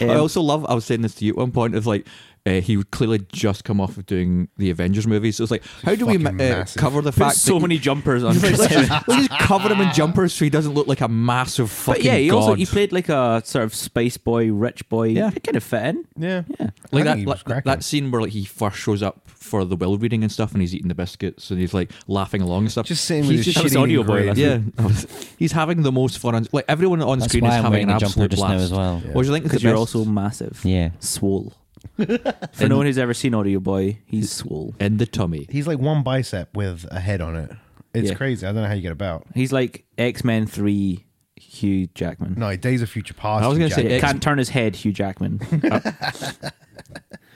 S1: I
S2: um,
S1: also love. I was saying this to you at one point. It's like uh, he would clearly just come off of doing the Avengers movies. So it's like, how do we
S3: fucking
S1: ma- uh,
S3: massive.
S1: cover the
S2: put
S1: fact?
S2: so
S1: that
S2: many jumpers on
S1: It's like,
S2: Chris
S1: let's,
S2: Evans.
S1: just, let's just cover him in jumpers so he doesn't look like a massive fucking
S2: But yeah, he
S1: god.
S2: also he played like a sort of space boy, rich boy.
S1: Yeah.
S2: it kind of fit in.
S3: Yeah,
S2: Yeah.
S1: like that,
S3: I think he was
S1: like,
S3: cracking.
S1: that scene where like he first shows up for the will reading and stuff, and he's eating the biscuits and he's like laughing along and stuff.
S3: Just sitting
S1: He's
S3: with his
S1: just-
S2: was
S3: shitty
S2: Audio Boy,
S3: grades.
S2: that's
S1: yeah, he's having the most fun. On, like everyone on
S5: That's
S1: screen
S5: why
S1: is
S5: I'm
S1: having
S5: wearing
S1: an
S5: a jumper
S1: absolute
S5: just now
S1: blast.
S5: as well.
S1: What do you think? is
S2: Because
S1: the
S2: you're
S1: best-
S2: also massive.
S5: Yeah.
S2: Swole. For no one who's ever seen Audio Boy, he's swole.
S1: in the tummy.
S3: He's like one bicep with a head on it. It's
S2: Yeah.
S3: crazy. I don't know how you get about.
S2: He's like X Men Three, Hugh Jackman.
S3: No, Days of Future Past.
S1: I was
S3: Hugh
S1: gonna say
S3: Jackman.
S1: X-
S2: Can't turn his head, Hugh Jackman.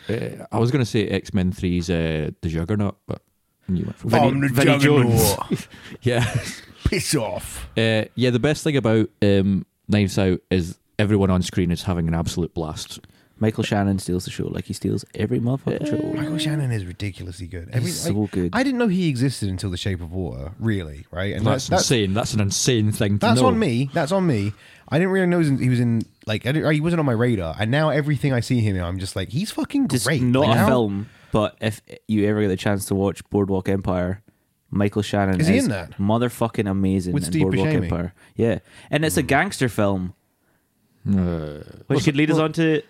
S1: Uh, I was going to say X Men 3's uh, the Juggernaut, but you went for
S3: I'm the
S2: Vinnie
S3: Juggernaut.
S1: yeah,
S3: Piss off.
S1: uh, yeah. The best thing about um, Knives Out is everyone on screen is having an absolute blast.
S2: Michael Shannon steals the show like he steals every motherfucking show.
S3: Michael Shannon is ridiculously good. I
S2: He's so good.
S3: I didn't know he existed until The Shape of Water, really, right? And
S1: That's,
S3: that- that-
S1: insane. That's an insane thing. To
S3: That's
S1: know.
S3: on me. That's on me. I didn't really know he was in, he was in like I didn't, he wasn't on my radar. And now everything I see him in, I'm just like he's fucking
S2: Just
S3: great.
S2: not
S3: Like,
S2: a
S3: how-
S2: film, but if you ever get the chance to watch Boardwalk Empire, Michael Shannon is,
S3: Is he in that?
S2: motherfucking amazing
S3: With
S2: in
S3: Steve
S2: Boardwalk
S3: Buscemi? Hmm.
S2: Empire. Yeah, and it's a gangster film,
S3: Uh,
S2: which could lead us on to.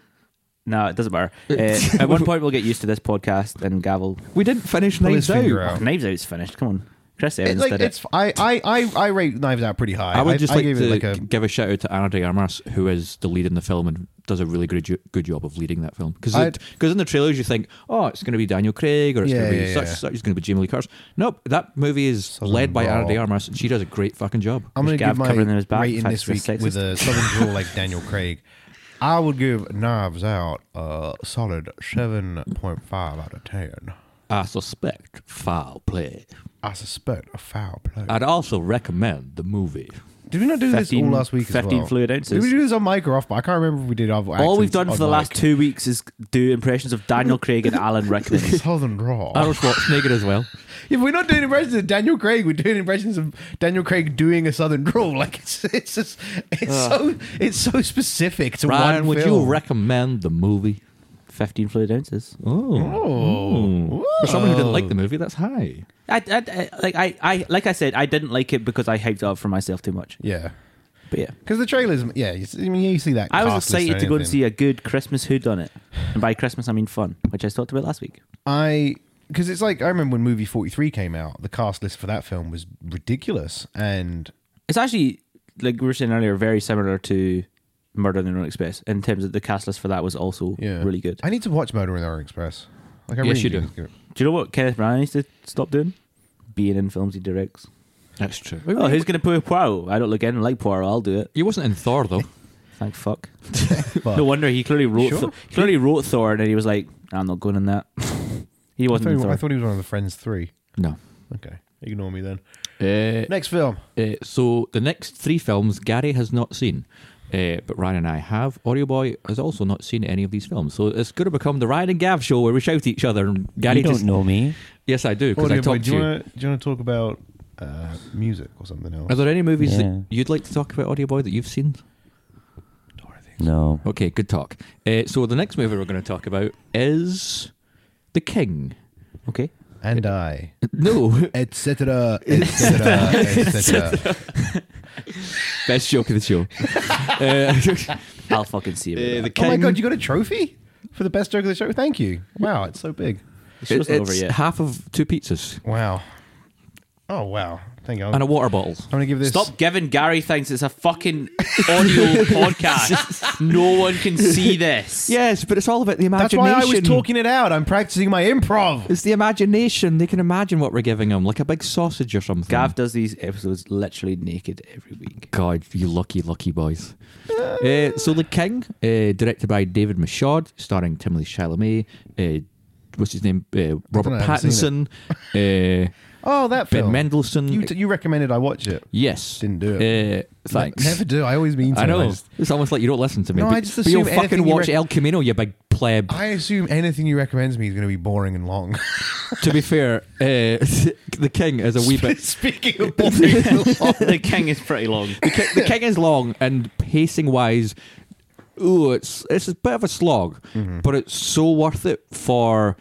S2: No, it doesn't matter. Uh, at one point, we'll get used to this podcast and gavel.
S1: We didn't finish
S3: Pull his
S1: Knives Out.
S3: finger
S2: Oh,
S3: out.
S2: Knives Out's finished. Come on, Chris
S3: It,
S2: Evans
S3: like,
S2: did
S3: it's
S2: it.
S3: I, I I I rate Knives Out pretty high.
S1: I would just like
S3: gave
S1: to
S3: it like a
S1: give a shout out to Anna de Armas, who is the lead in the film and does a really good, good job of leading that film. Because
S3: I'd-
S1: in the trailers you think, oh, it's going to be Daniel Craig or it's
S3: Yeah,
S1: going to be
S3: yeah,
S1: such
S3: yeah.
S1: such, it's going to be Jamie Lee Curtis. Nope, that movie is
S3: Southern
S1: led by Anna de
S3: Belle.
S1: Armas, and she does a great fucking job.
S3: I'm going
S2: Which
S3: to
S2: Gav
S3: give my
S2: covered in his back,
S3: rating
S2: facts
S3: this week
S2: is
S3: with
S2: sexist.
S3: a southern drawl like Daniel Craig. I would give Knives Out a solid 7.5 out of 10.
S1: I suspect foul play.
S3: I suspect a foul play.
S2: Uh,
S1: I'd also recommend the movie.
S3: did we not do this all
S2: 15
S3: last week? as
S2: 15
S3: well?
S2: fluid
S3: Did
S2: ounces.
S3: we do this on mic or off? mic? I can't remember if we did. Our
S2: All we've
S3: accents
S2: done for
S3: on
S2: the
S3: mic.
S2: last two weeks is do impressions of Daniel Craig and Alan Rickman.
S3: Southern drawl.
S1: Arnold Schwarzenegger as well.
S3: If we're not doing impressions of Daniel Craig, we're doing impressions of Daniel Craig doing a southern drawl. Like it's it's just it's so it's so specific to
S1: Ryan,
S3: one
S1: would
S3: film.
S1: you recommend the movie?
S2: 15 fluid ounces.
S1: Oh.
S2: Hmm.
S3: Oh.
S1: For someone who didn't like the movie, that's high.
S2: I, I, I, like, I, I, like I said, I didn't like it because I hyped it up for myself too much.
S3: Yeah,
S2: But yeah.
S3: because the trailers. Yeah, you see, I mean, you see that.
S2: I was
S3: cast list
S2: excited to
S3: or
S2: go and
S3: anything.
S2: see a good Christmas Who Done It. And by Christmas, I mean fun, which I talked about last week.
S3: I because it's like I remember when movie forty three came out. The cast list for that film was ridiculous, and
S2: It's actually, like we were saying earlier, very similar to Murder in the Orient Express in terms of the cast list for that was also
S3: yeah,
S2: really good.
S3: I need to watch Murder in the Orient Express. Like I
S1: Yes,
S3: really
S1: you
S3: do.
S1: do.
S3: need to give it-
S2: Do you know what Kenneth Branagh needs to stop doing? Being in films he directs.
S1: That's true.
S2: Oh, who's going to put Poirot? I don't look in like Poirot. I'll do it.
S1: He wasn't in Thor, though.
S2: Thank fuck.
S3: Fuck.
S2: No wonder he clearly wrote.
S3: Sure.
S2: Thor- he clearly wrote Thor, and then he was like, "I'm not going in that." he
S3: I
S2: wasn't.
S3: thought
S2: in
S3: he,
S2: Thor.
S3: I thought he was one of the Friends three.
S1: No.
S3: Okay, ignore me then.
S1: Uh,
S3: Next film.
S1: Uh, so the next three films Gary has not seen, uh, but Ryan and I have. Audio Boy has also not seen any of these films, so it's going to become the Ryan and Gav show where we shout at each other. And Gary
S5: you don't
S1: just,
S5: know me.
S1: Yes, I do because I
S3: Audio boy,
S1: talked
S3: do
S1: to
S3: you
S1: you.
S3: wanna- do you want to talk about uh, music or something else?
S1: Are there any movies
S5: Yeah.
S1: that you'd like to talk about, Audio Boy, that you've seen?
S5: No.
S1: Okay, good talk. Uh, so the next movie we're going to talk about is The King.
S2: okay.
S3: and I,
S1: No,
S3: etc., etc., etc.
S1: best joke of the show. uh,
S2: I'll fucking see
S1: Uh,
S2: it.
S1: the
S3: Oh my
S1: King-
S3: god, you got a trophy for the best joke of the show. Thank you. Wow, it's so big.
S2: the show's not
S1: it's
S2: over yet.
S1: half of two pizzas
S3: Wow. Oh wow. Thank you. I'm,
S1: and a water bottle.
S3: I'm gonna give this.
S2: Stop giving Gary things. It's a fucking audio podcast. No one can see this.
S1: Yes, but it's all about the
S3: That's
S1: imagination.
S3: why I was talking it out. I'm practicing my improv.
S1: It's the imagination. They can imagine what we're giving them, like a big sausage or something.
S2: Gav does these episodes literally naked every week.
S1: God, you lucky, lucky boys. Uh, so, The King, uh, directed by David Michaud, starring Timothy Chalamet, uh, what's his name? Uh, Robert
S3: know, I haven't
S1: Pattinson,
S3: seen
S1: uh,
S3: Oh, that
S1: Ben
S3: film.
S1: Mendelsohn.
S3: You, t- you recommended I watch it.
S1: yes.
S3: Didn't do
S1: it. Uh, thanks.
S3: Ne- Never do. I always mean to.
S1: I know.
S3: just-
S1: It's almost like you don't listen to me.
S3: No,
S1: but,
S3: I just
S1: but you'll
S3: assume anything
S1: fucking
S3: you
S1: watch
S3: rec-
S1: El Camino, you big pleb.
S3: I assume anything you recommend to me is going to be boring and long.
S1: to be fair, uh, The King is a wee bit.
S3: Speaking of boring and long,
S2: Oh, the king is pretty long.
S1: Ki- the king is long and pacing wise ooh it's it's a bit of a slog
S2: Mm-hmm.
S1: but it's so worth it for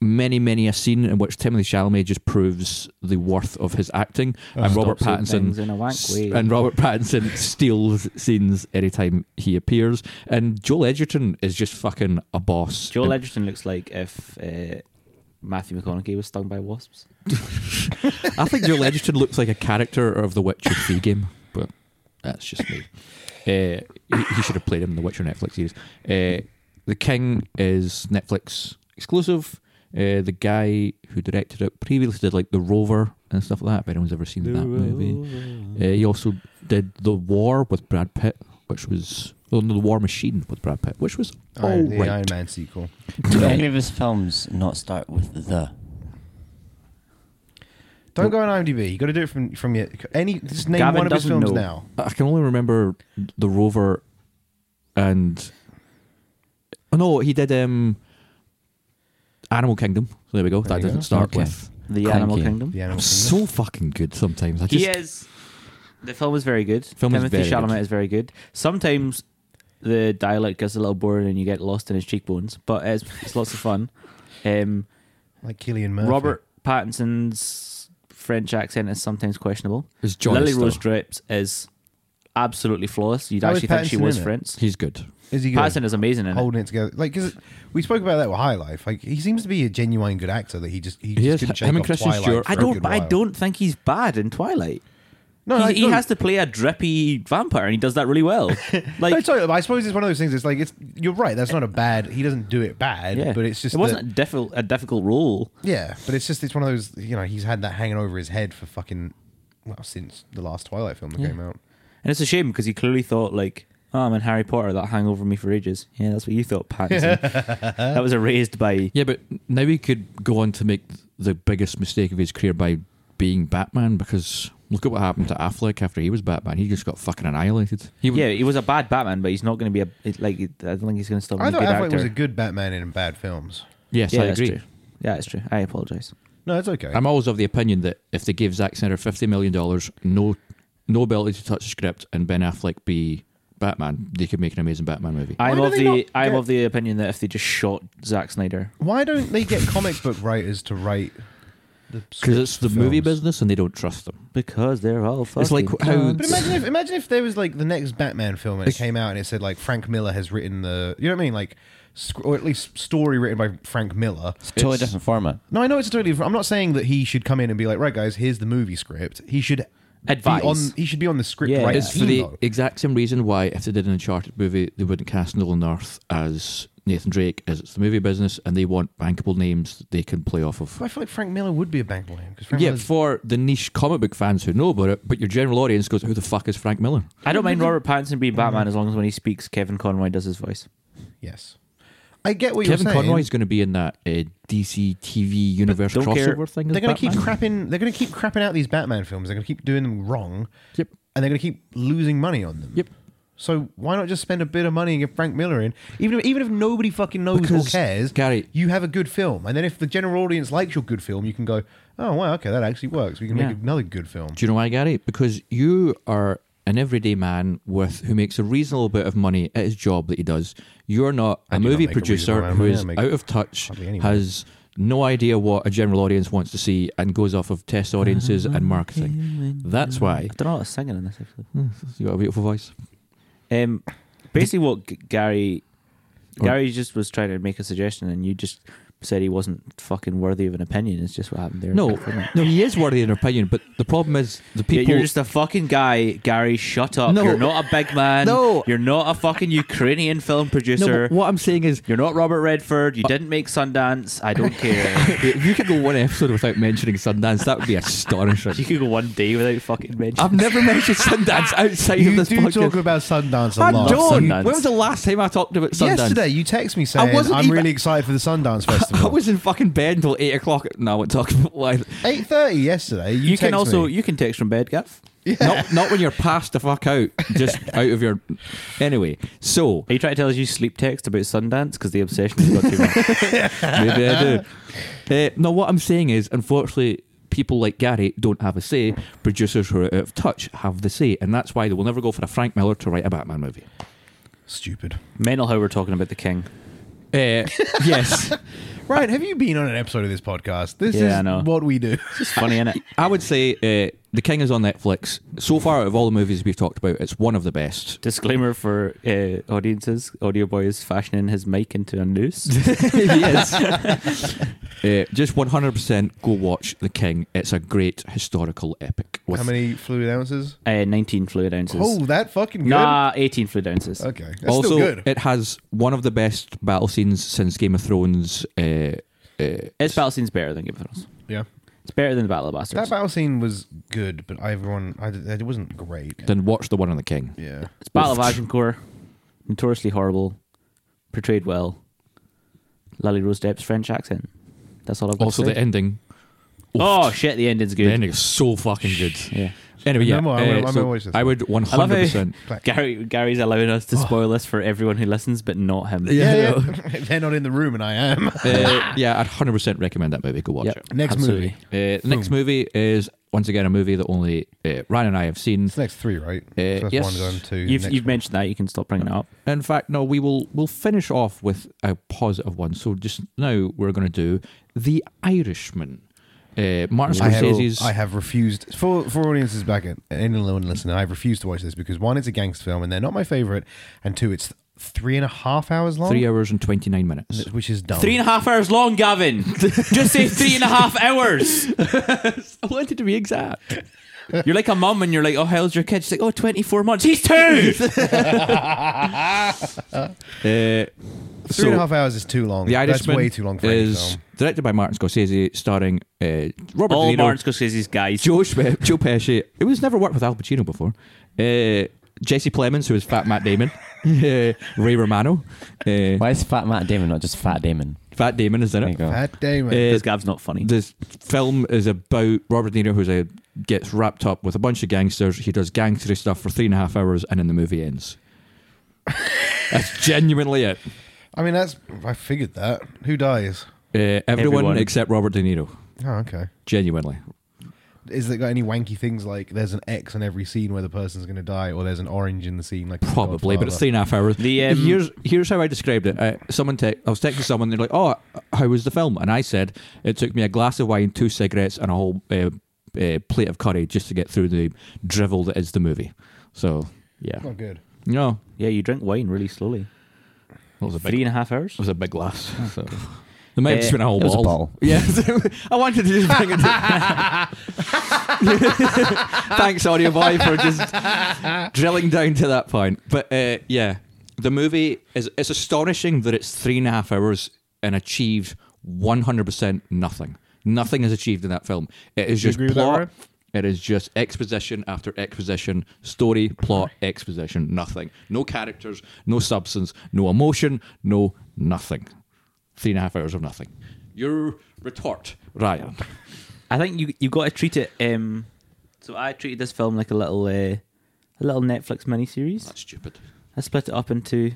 S1: many many a scene in which Timothy Chalamet just proves the worth of his acting and Robert
S2: Stops doing
S1: Pattinson
S2: things in a wank
S1: s-
S2: way.
S1: and Robert Pattinson steals scenes anytime he appears and Joel Edgerton is just fucking a boss
S2: Joel
S1: And-
S2: Edgerton looks like if uh, Matthew McConaughey was stung by wasps.
S1: I think Joel Edgerton looks like a character of the Witcher 3 game, but that's just me. Uh, he, he should have played him in the Witcher Netflix series. Uh, The King is Netflix exclusive. Uh, the guy who directed it previously did like The Rover and stuff like that. If anyone's ever seen that movie, uh, he also did The War with Brad Pitt, which was well, no, The War Machine with Brad Pitt, which was all
S3: Iron,
S1: right.
S3: the Iron Man sequel.
S5: Do any of his films not start with the?
S3: Don't go on IMDb. You got to do it from from your any. Just name
S2: Gavin
S3: one of his
S2: doesn't
S3: films
S2: know.
S3: now.
S1: I can only remember the rover, and oh no, he did um, Animal Kingdom. So there we go.
S3: There
S1: that
S3: you
S1: doesn't
S3: go.
S1: start
S5: Okay.
S1: with.
S2: The
S5: Cranky.
S2: Animal Kingdom.
S3: The
S1: I'm
S3: Animal Kingdom.
S1: so fucking good sometimes. I just
S2: He is. The film is very good.
S1: Film is very
S2: Timothy Chalamet
S1: good.
S2: is very good. Sometimes the dialect gets a little boring and you get lost in his cheekbones, but it's, it's lots of fun. Um,
S3: like Killian Murphy.
S2: Robert Pattinson's French accent is sometimes questionable.
S1: is Johnny
S2: Lily
S1: still.
S2: Rose Drapes is absolutely flawless. You'd
S3: How is
S2: actually think she
S3: Pattinson
S2: was
S3: in it?
S2: French.
S1: He's good.
S3: is he good?
S2: Pattinson is amazing in it.
S3: holding it together? Like 'cause we spoke about that with High Life. Like he seems to be a genuine good actor that he just he,
S1: He
S3: just
S1: is.
S3: couldn't
S1: Him
S3: shake
S1: and
S3: off
S1: Kristen
S3: Twilight
S1: Stewart.
S3: for
S2: I
S3: a
S2: don't.
S3: good
S2: But I
S3: while.
S2: don't think he's bad in Twilight.
S3: No,
S2: he,
S3: I-
S2: he
S3: no.
S2: has to play a drippy vampire, and he does that really well.
S3: No,
S2: Like,
S3: totally, but I suppose it's one of those things. It's like it's. You're right. That's not a bad. He doesn't do it bad.
S2: yeah,
S3: But it's just.
S2: it
S3: that-
S2: wasn't a, difficult, a difficult role.
S3: Yeah, but it's just it's one of those you know he's had that hanging over his head for fucking well since the last Twilight film that came out.
S2: And it's a shame because he clearly thought like, "Oh, I'm in Harry Potter. That hung over me for ages." Yeah, that's what you thought, Pattinson. that was erased by.
S1: Yeah, but now he could go on to make the biggest mistake of his career by being Batman because look at what happened to Affleck after he was Batman. He just got fucking annihilated. He w-
S2: Yeah, he was a bad Batman, but he's not going to be a it- like. I don't think he's going to stop. being
S3: I
S2: a
S3: thought
S2: good
S3: Affleck
S2: actor.
S3: was a good Batman in bad films.
S1: yes,
S2: yeah,
S1: I
S2: that's
S1: agree.
S2: True. Yeah, it's true. I apologize.
S3: No, it's okay.
S1: I'm always of the opinion that if they gave Zack Snyder fifty million dollars, no, no ability to touch the script, and Ben Affleck be Batman, they could make an amazing Batman movie.
S2: I'm
S3: do
S2: of
S3: they
S2: the.
S3: not
S2: I'm
S3: get-
S2: of the opinion that if they just shot Zack Snyder,
S3: Why don't they get comic book writers to write?
S1: Because it's the movie
S3: films.
S1: business, and they don't trust them.
S2: because they're all fucking.
S1: like how-
S2: cunts.
S3: But imagine if imagine if there was like the next Batman film and it came out and it said like Frank Miller has written the you know what I mean like sc- or at least story written by Frank Miller.
S5: It's a totally different format.
S3: No, I know it's a totally. I'm not saying that he should come in and be like, right, guys, here's the movie script. He should
S2: Advise.
S3: Be on, he should be on the script
S2: Yeah.
S3: right
S1: It's for
S3: team,
S1: the
S3: though.
S1: exact same reason why if they did an Uncharted movie, they wouldn't cast Nolan North as Nathan Drake, as it's the movie business, and they want bankable names that they can play off of.
S3: I feel like Frank Miller would be a bankable name because Frank
S1: Yeah,
S3: Miller's
S1: for the niche comic book fans who know about it, but your general audience goes, "Who the fuck is Frank Miller?"
S2: I don't mind Robert Pattinson being
S3: Uh-huh.
S2: Batman as long as when he speaks, Kevin Conroy does his voice.
S3: Yes. I get what
S1: Kevin
S3: you're saying.
S1: Conroy's going to be in that uh, DC TV universe
S2: don't care.
S1: crossover thing. as
S3: they're going to keep
S1: Batman.
S3: crapping. They're going to keep crapping out these Batman films. They're going to keep doing them wrong,
S1: Yep.
S3: and they're going to keep losing money on them.
S1: Yep.
S3: So why not just spend a bit of money and get Frank Miller in? Even if, even if nobody fucking knows
S1: Because,
S3: or cares,
S1: Gary-
S3: you have a good film, and then if the general audience likes your good film, you can go, oh wow, okay, that actually works. We can
S2: Yeah.
S3: make another good film.
S1: Do you know why, Gary? Because you are an everyday man with who makes a reasonable bit of money at his job that he does. You're not a
S3: do not
S1: movie
S3: make a reasonable
S1: producer
S3: amount of
S1: who
S3: money.
S1: is
S3: I make
S1: out of touch,
S3: hardly any money.
S1: has no idea what a general audience wants to see, and goes off of test audiences and marketing. That's why
S2: I don't know what I was singing in this episode.
S1: you got a beautiful voice.
S2: Um, basically, what G- Gary
S1: Or-
S2: Gary just was trying to make a suggestion, and you just said he wasn't fucking worthy of an opinion. It's just what happened there.
S1: No,
S2: Isn't it?
S1: no, he is worthy an opinion, but the problem is the
S2: Yeah,
S1: people.
S2: you're just a fucking guy, Gary. Shut up.
S1: No.
S2: You're not a big man.
S1: No.
S2: You're not a fucking Ukrainian film
S1: no,
S2: producer.
S1: but what I'm saying is,
S2: You're not Robert Redford. You didn't make Sundance. I don't care.
S1: if you could go one episode without mentioning Sundance, that would be astonishing.
S2: you could go one day without fucking mentioning.
S3: Ah,
S1: I've never mentioned Sundance outside of
S3: You
S1: this
S3: do
S1: podcast.
S3: talk about Sundance a
S1: I
S3: lot.
S1: don't.
S2: Sundance.
S1: When was the last time I talked about Sundance?
S3: Yesterday, you text me saying,
S1: wasn't
S3: "I'm
S1: even-
S3: really excited for the Sundance Festival."
S1: I was in fucking bed until eight o'clock. No, I won't talk about life.
S3: eight thirty yesterday. You,
S2: You, can
S3: text
S2: also
S3: me.
S2: you can text from bed, Gav.
S1: Not, not when you're passed the fuck out, just out of your. Anyway, so
S2: Are you trying to tell us you sleep text about Sundance because the obsession has got too much?
S1: maybe I do. Uh, no, what I'm saying is, unfortunately, people like Gary don't have a say. Producers who are out of touch have the say, and that's why they will never go for a Frank Miller to write a Batman movie.
S3: stupid.
S2: Mental how we're talking about the king.
S1: Uh, Eh, yes,
S3: Right? Have you been on an episode of this podcast? This
S2: Yeah, I
S3: is
S2: know.
S3: what we do.
S2: It's funny, innit?
S1: I would say uh, The King is on Netflix. So far, out of all the movies we've talked about, it's one of the best.
S2: Disclaimer for uh, audiences: Audio Boy is fashioning his mic into a noose.
S1: yes. uh, just 100% go watch The King. It's a great historical epic. With
S3: How many fluid ounces?
S2: Uh, 19 fluid ounces.
S3: Oh, that fucking good.
S2: nah, 18 fluid ounces.
S3: Okay, that's
S1: also,
S3: still good.
S1: it has one of the best battle scenes since Game of Thrones. Uh,
S2: Its battle scene's better than Game of Thrones.
S3: yeah,
S2: It's better than the Battle of the Bastards.
S3: that battle scene was good, but everyone, I, it wasn't great.
S1: then watch the one on the King.
S3: Yeah,
S2: it's Battle of Agincourt. Notoriously horrible. Portrayed well. Lally Rose Depp's French accent. That's all I've got
S1: Also,
S2: to
S1: the
S2: say.
S1: ending. Oof.
S2: Oh, shit, the ending's good.
S1: The ending is so fucking good.
S2: Yeah.
S1: Anyway,
S3: No
S1: yeah,
S3: more, I'm gonna-
S1: uh,
S3: I'm
S1: so
S3: gonna watch this.
S1: I would one
S2: I love
S1: hundred percent.
S2: how Gary, Gary's allowing us to spoil this for everyone who listens, but not him.
S3: Oh. yeah, yeah. they're not in the room, and I am.
S1: uh, Yeah, I'd hundred percent recommend that movie. Go watch
S2: Yep.
S1: it.
S3: Next
S2: Absolutely.
S3: movie.
S1: Uh, the next
S3: Hmm.
S1: movie is once again a movie that only uh, Ryan and I have seen.
S3: It's the next three, right? so that's
S1: yes.
S3: one done, two.
S2: You've,
S3: next
S2: you've mentioned that. You can stop bringing it up.
S1: In fact, no, we will we'll finish off with a positive one. So just now we're going to do The Irishman. Uh, Martin
S3: I have,
S1: Scorsese's.
S3: I have refused for for audiences back at anyone listening. I've refused to watch this because one, it's a gangster film, and they're not my favorite, and two, it's three and a half hours long,
S1: Three hours and twenty nine minutes.
S3: which is dumb.
S2: Three and a half hours long, Gavin. Just say three and a half hours.
S1: I wanted to be exact.
S2: You're like a mum and you're like, oh, how's your kid? She's like, oh, 24 months. He's two.
S1: Uh,
S3: Three and a half hours is too long.
S1: The Irishman
S3: That's way too long for any
S1: is
S3: film.
S1: directed by Martin Scorsese, starring uh, Robert
S2: All
S1: De Niro,
S2: Martin Scorsese's guys.
S1: Joe, Schme- Joe Pesci. It was never worked with Al Pacino before. Uh, Jesse Plemons, who is Fat Matt Damon. Uh, Ray Romano. Uh,
S5: Why is Fat Matt Damon not just Fat Damon?
S1: Fat Damon is in
S5: There
S1: it.
S5: you go.
S3: Matt Damon.
S1: Uh,
S2: Because Gav's not funny.
S1: this film is about Robert De Niro, who's a gets wrapped up with a bunch of gangsters. He does gangstery stuff for three and a half hours, and then the movie ends. That's genuinely it.
S3: I mean, that's I figured that. Who dies?
S1: Uh, everyone,
S2: Everyone.
S1: except Robert De Niro.
S3: Oh, okay.
S1: Genuinely,
S3: Is it got any wanky things like there's an X in every scene where the person's going to die, or there's an orange in the scene? Like in
S1: probably, but it's
S3: Godfather?
S1: three and a half hours.
S2: The, um,
S1: here's here's how I described it. Uh, someone, te- I was texting someone. They're like, "Oh, how was the film?" And I said, "It took me a glass of wine, two cigarettes, and a whole uh, uh, plate of curry just to get through the drivel that is the movie." So,
S2: Yeah.
S3: not good.
S1: no,
S2: Yeah, you drink wine really slowly.
S1: that was a big
S2: Three and a half hours?
S1: It was a big glass. So. There might have just been a whole
S5: it was a
S1: ball.
S5: ball.
S1: Yeah, I wanted to just bring it. To- Thanks, Audio Boy, for just drilling down to that point. But uh, yeah, the movie is it's astonishing that it's three and a half hours and achieved one hundred percent nothing. Nothing is achieved in that film. It is just
S3: agree with that,
S1: plot.
S3: Ryan?
S1: It is just exposition after exposition, story, plot, exposition, nothing. No characters, no substance, no emotion, no nothing. Three and a half hours of nothing. Your retort, Ryan.
S2: I think you you got to treat it. Um, so I treated this film like a little uh, a little Netflix miniseries.
S1: That's stupid.
S2: I split it up into.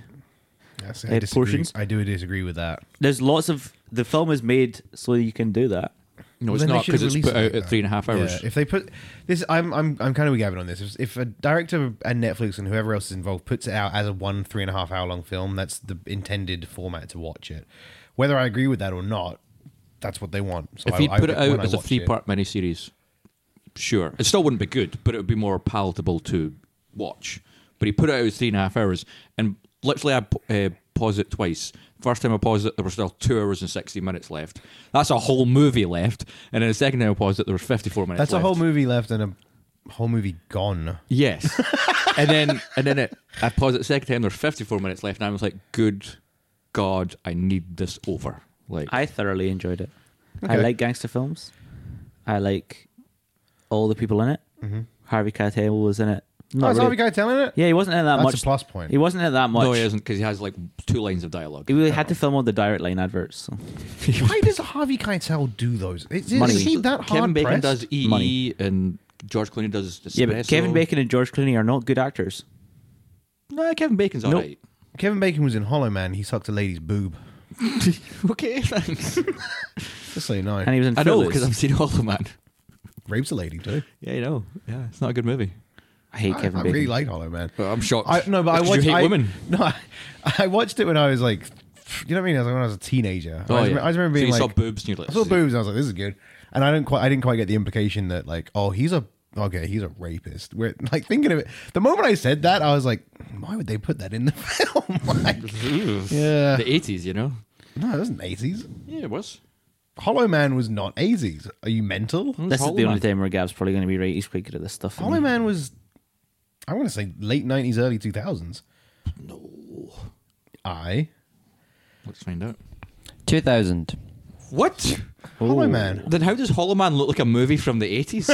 S3: That's,
S2: Uh,
S3: I, disagree.
S2: portions?
S3: I do disagree with that.
S2: There's lots of the film is made so you can do that.
S1: No,
S3: Well,
S1: it's
S3: then they
S1: not
S3: should
S1: because
S3: have
S1: it's
S3: released
S1: put
S3: it
S1: out
S3: like
S1: at
S3: that.
S1: three and a half hours.
S3: Yeah, if they put this, I'm I'm I'm kind of with Gavin on this. If, if a director and Netflix and whoever else is involved puts it out as a one three and a half hour long film, that's the intended format to watch it. Whether I agree with that or not, that's what they want. So
S1: If
S3: I-
S1: he'd
S3: I-
S1: put it
S3: when
S1: out
S3: I
S1: as a
S3: watch it-
S1: three part miniseries, sure. It still wouldn't be good, but it would be more palatable to watch. But he put it out as three and a half hours, and literally I p- uh, paused it twice. First time I paused it, there were still two hours and 60 minutes left. That's a whole movie left. And then the second time I paused it, there was 54 minutes
S3: that's a
S1: left.
S3: whole movie left and a whole movie gone.
S1: Yes. and then and then it, I paused it the second time, there's 54 minutes left, and I was like, good God, I need this over. Like,
S2: I thoroughly enjoyed it. I
S3: Okay.
S2: like gangster films. I like all the people in it. Mm-hmm. Harvey Keitel was in it. Not
S3: Oh, is
S2: really-
S3: Harvey guy telling it?
S2: Yeah, he wasn't in it that
S3: That's
S2: much.
S3: a plus point.
S2: He wasn't in it that much.
S1: no, he isn't because he has like two lines of dialogue.
S2: We had to film all the direct line adverts. So.
S3: Why does Harvey Keitel do those? Is, is
S2: Money.
S3: he that hard
S1: Kevin Bacon
S3: pressed?
S1: does e- EE
S2: Money.
S1: and George Clooney does Espresso.
S2: Yeah, but Kevin Bacon and George Clooney are not good actors.
S1: No, Kevin Bacon's
S2: Nope.
S1: alright.
S3: Kevin Bacon was in Hollow Man. He sucked a lady's boob.
S1: Okay, thanks.
S3: Just so you know,
S2: And he was in
S1: I know
S2: Footloose.
S1: because I've seen Hollow Man.
S3: rapes a lady too.
S1: Yeah, you know. Yeah, it's not a good movie.
S2: I hate
S3: I,
S2: Kevin
S3: I
S2: Bacon.
S3: really like Hollow Man.
S1: I'm shocked.
S3: I no, but I
S1: It's 'cause
S3: watched.
S1: you hate
S3: I,
S1: women.
S3: No, I, I watched it when I was like you know what I mean? I was like, when I was a teenager, I, just,
S1: Oh, yeah.
S3: I just remember
S1: so
S3: being
S1: you
S3: like,
S1: saw boobs and you're like,
S3: I saw
S1: "This is it."
S3: boobs, and I was like, this is good. And I didn't quite, I didn't quite get the implication that like, oh, he's a okay, he's a rapist. We're like thinking of it. The moment I said that, I was like, why would they put that in the film? like, yeah,
S1: The 80s, you know?
S3: no, it wasn't eighties.
S1: Yeah, it was.
S3: Hollow Man was not eighties. Are you mental?
S2: This is
S1: Hollow
S2: the only
S1: Man.
S2: time where Gav's probably going to be right. He's quite good at this stuff.
S3: Hollow Man was, I want to say late nineties, early two thousands. No, I
S1: Let's find out.
S5: 2000.
S1: What?
S3: Hollow Man.
S1: Then how does Hollow Man look like a movie from the 80s?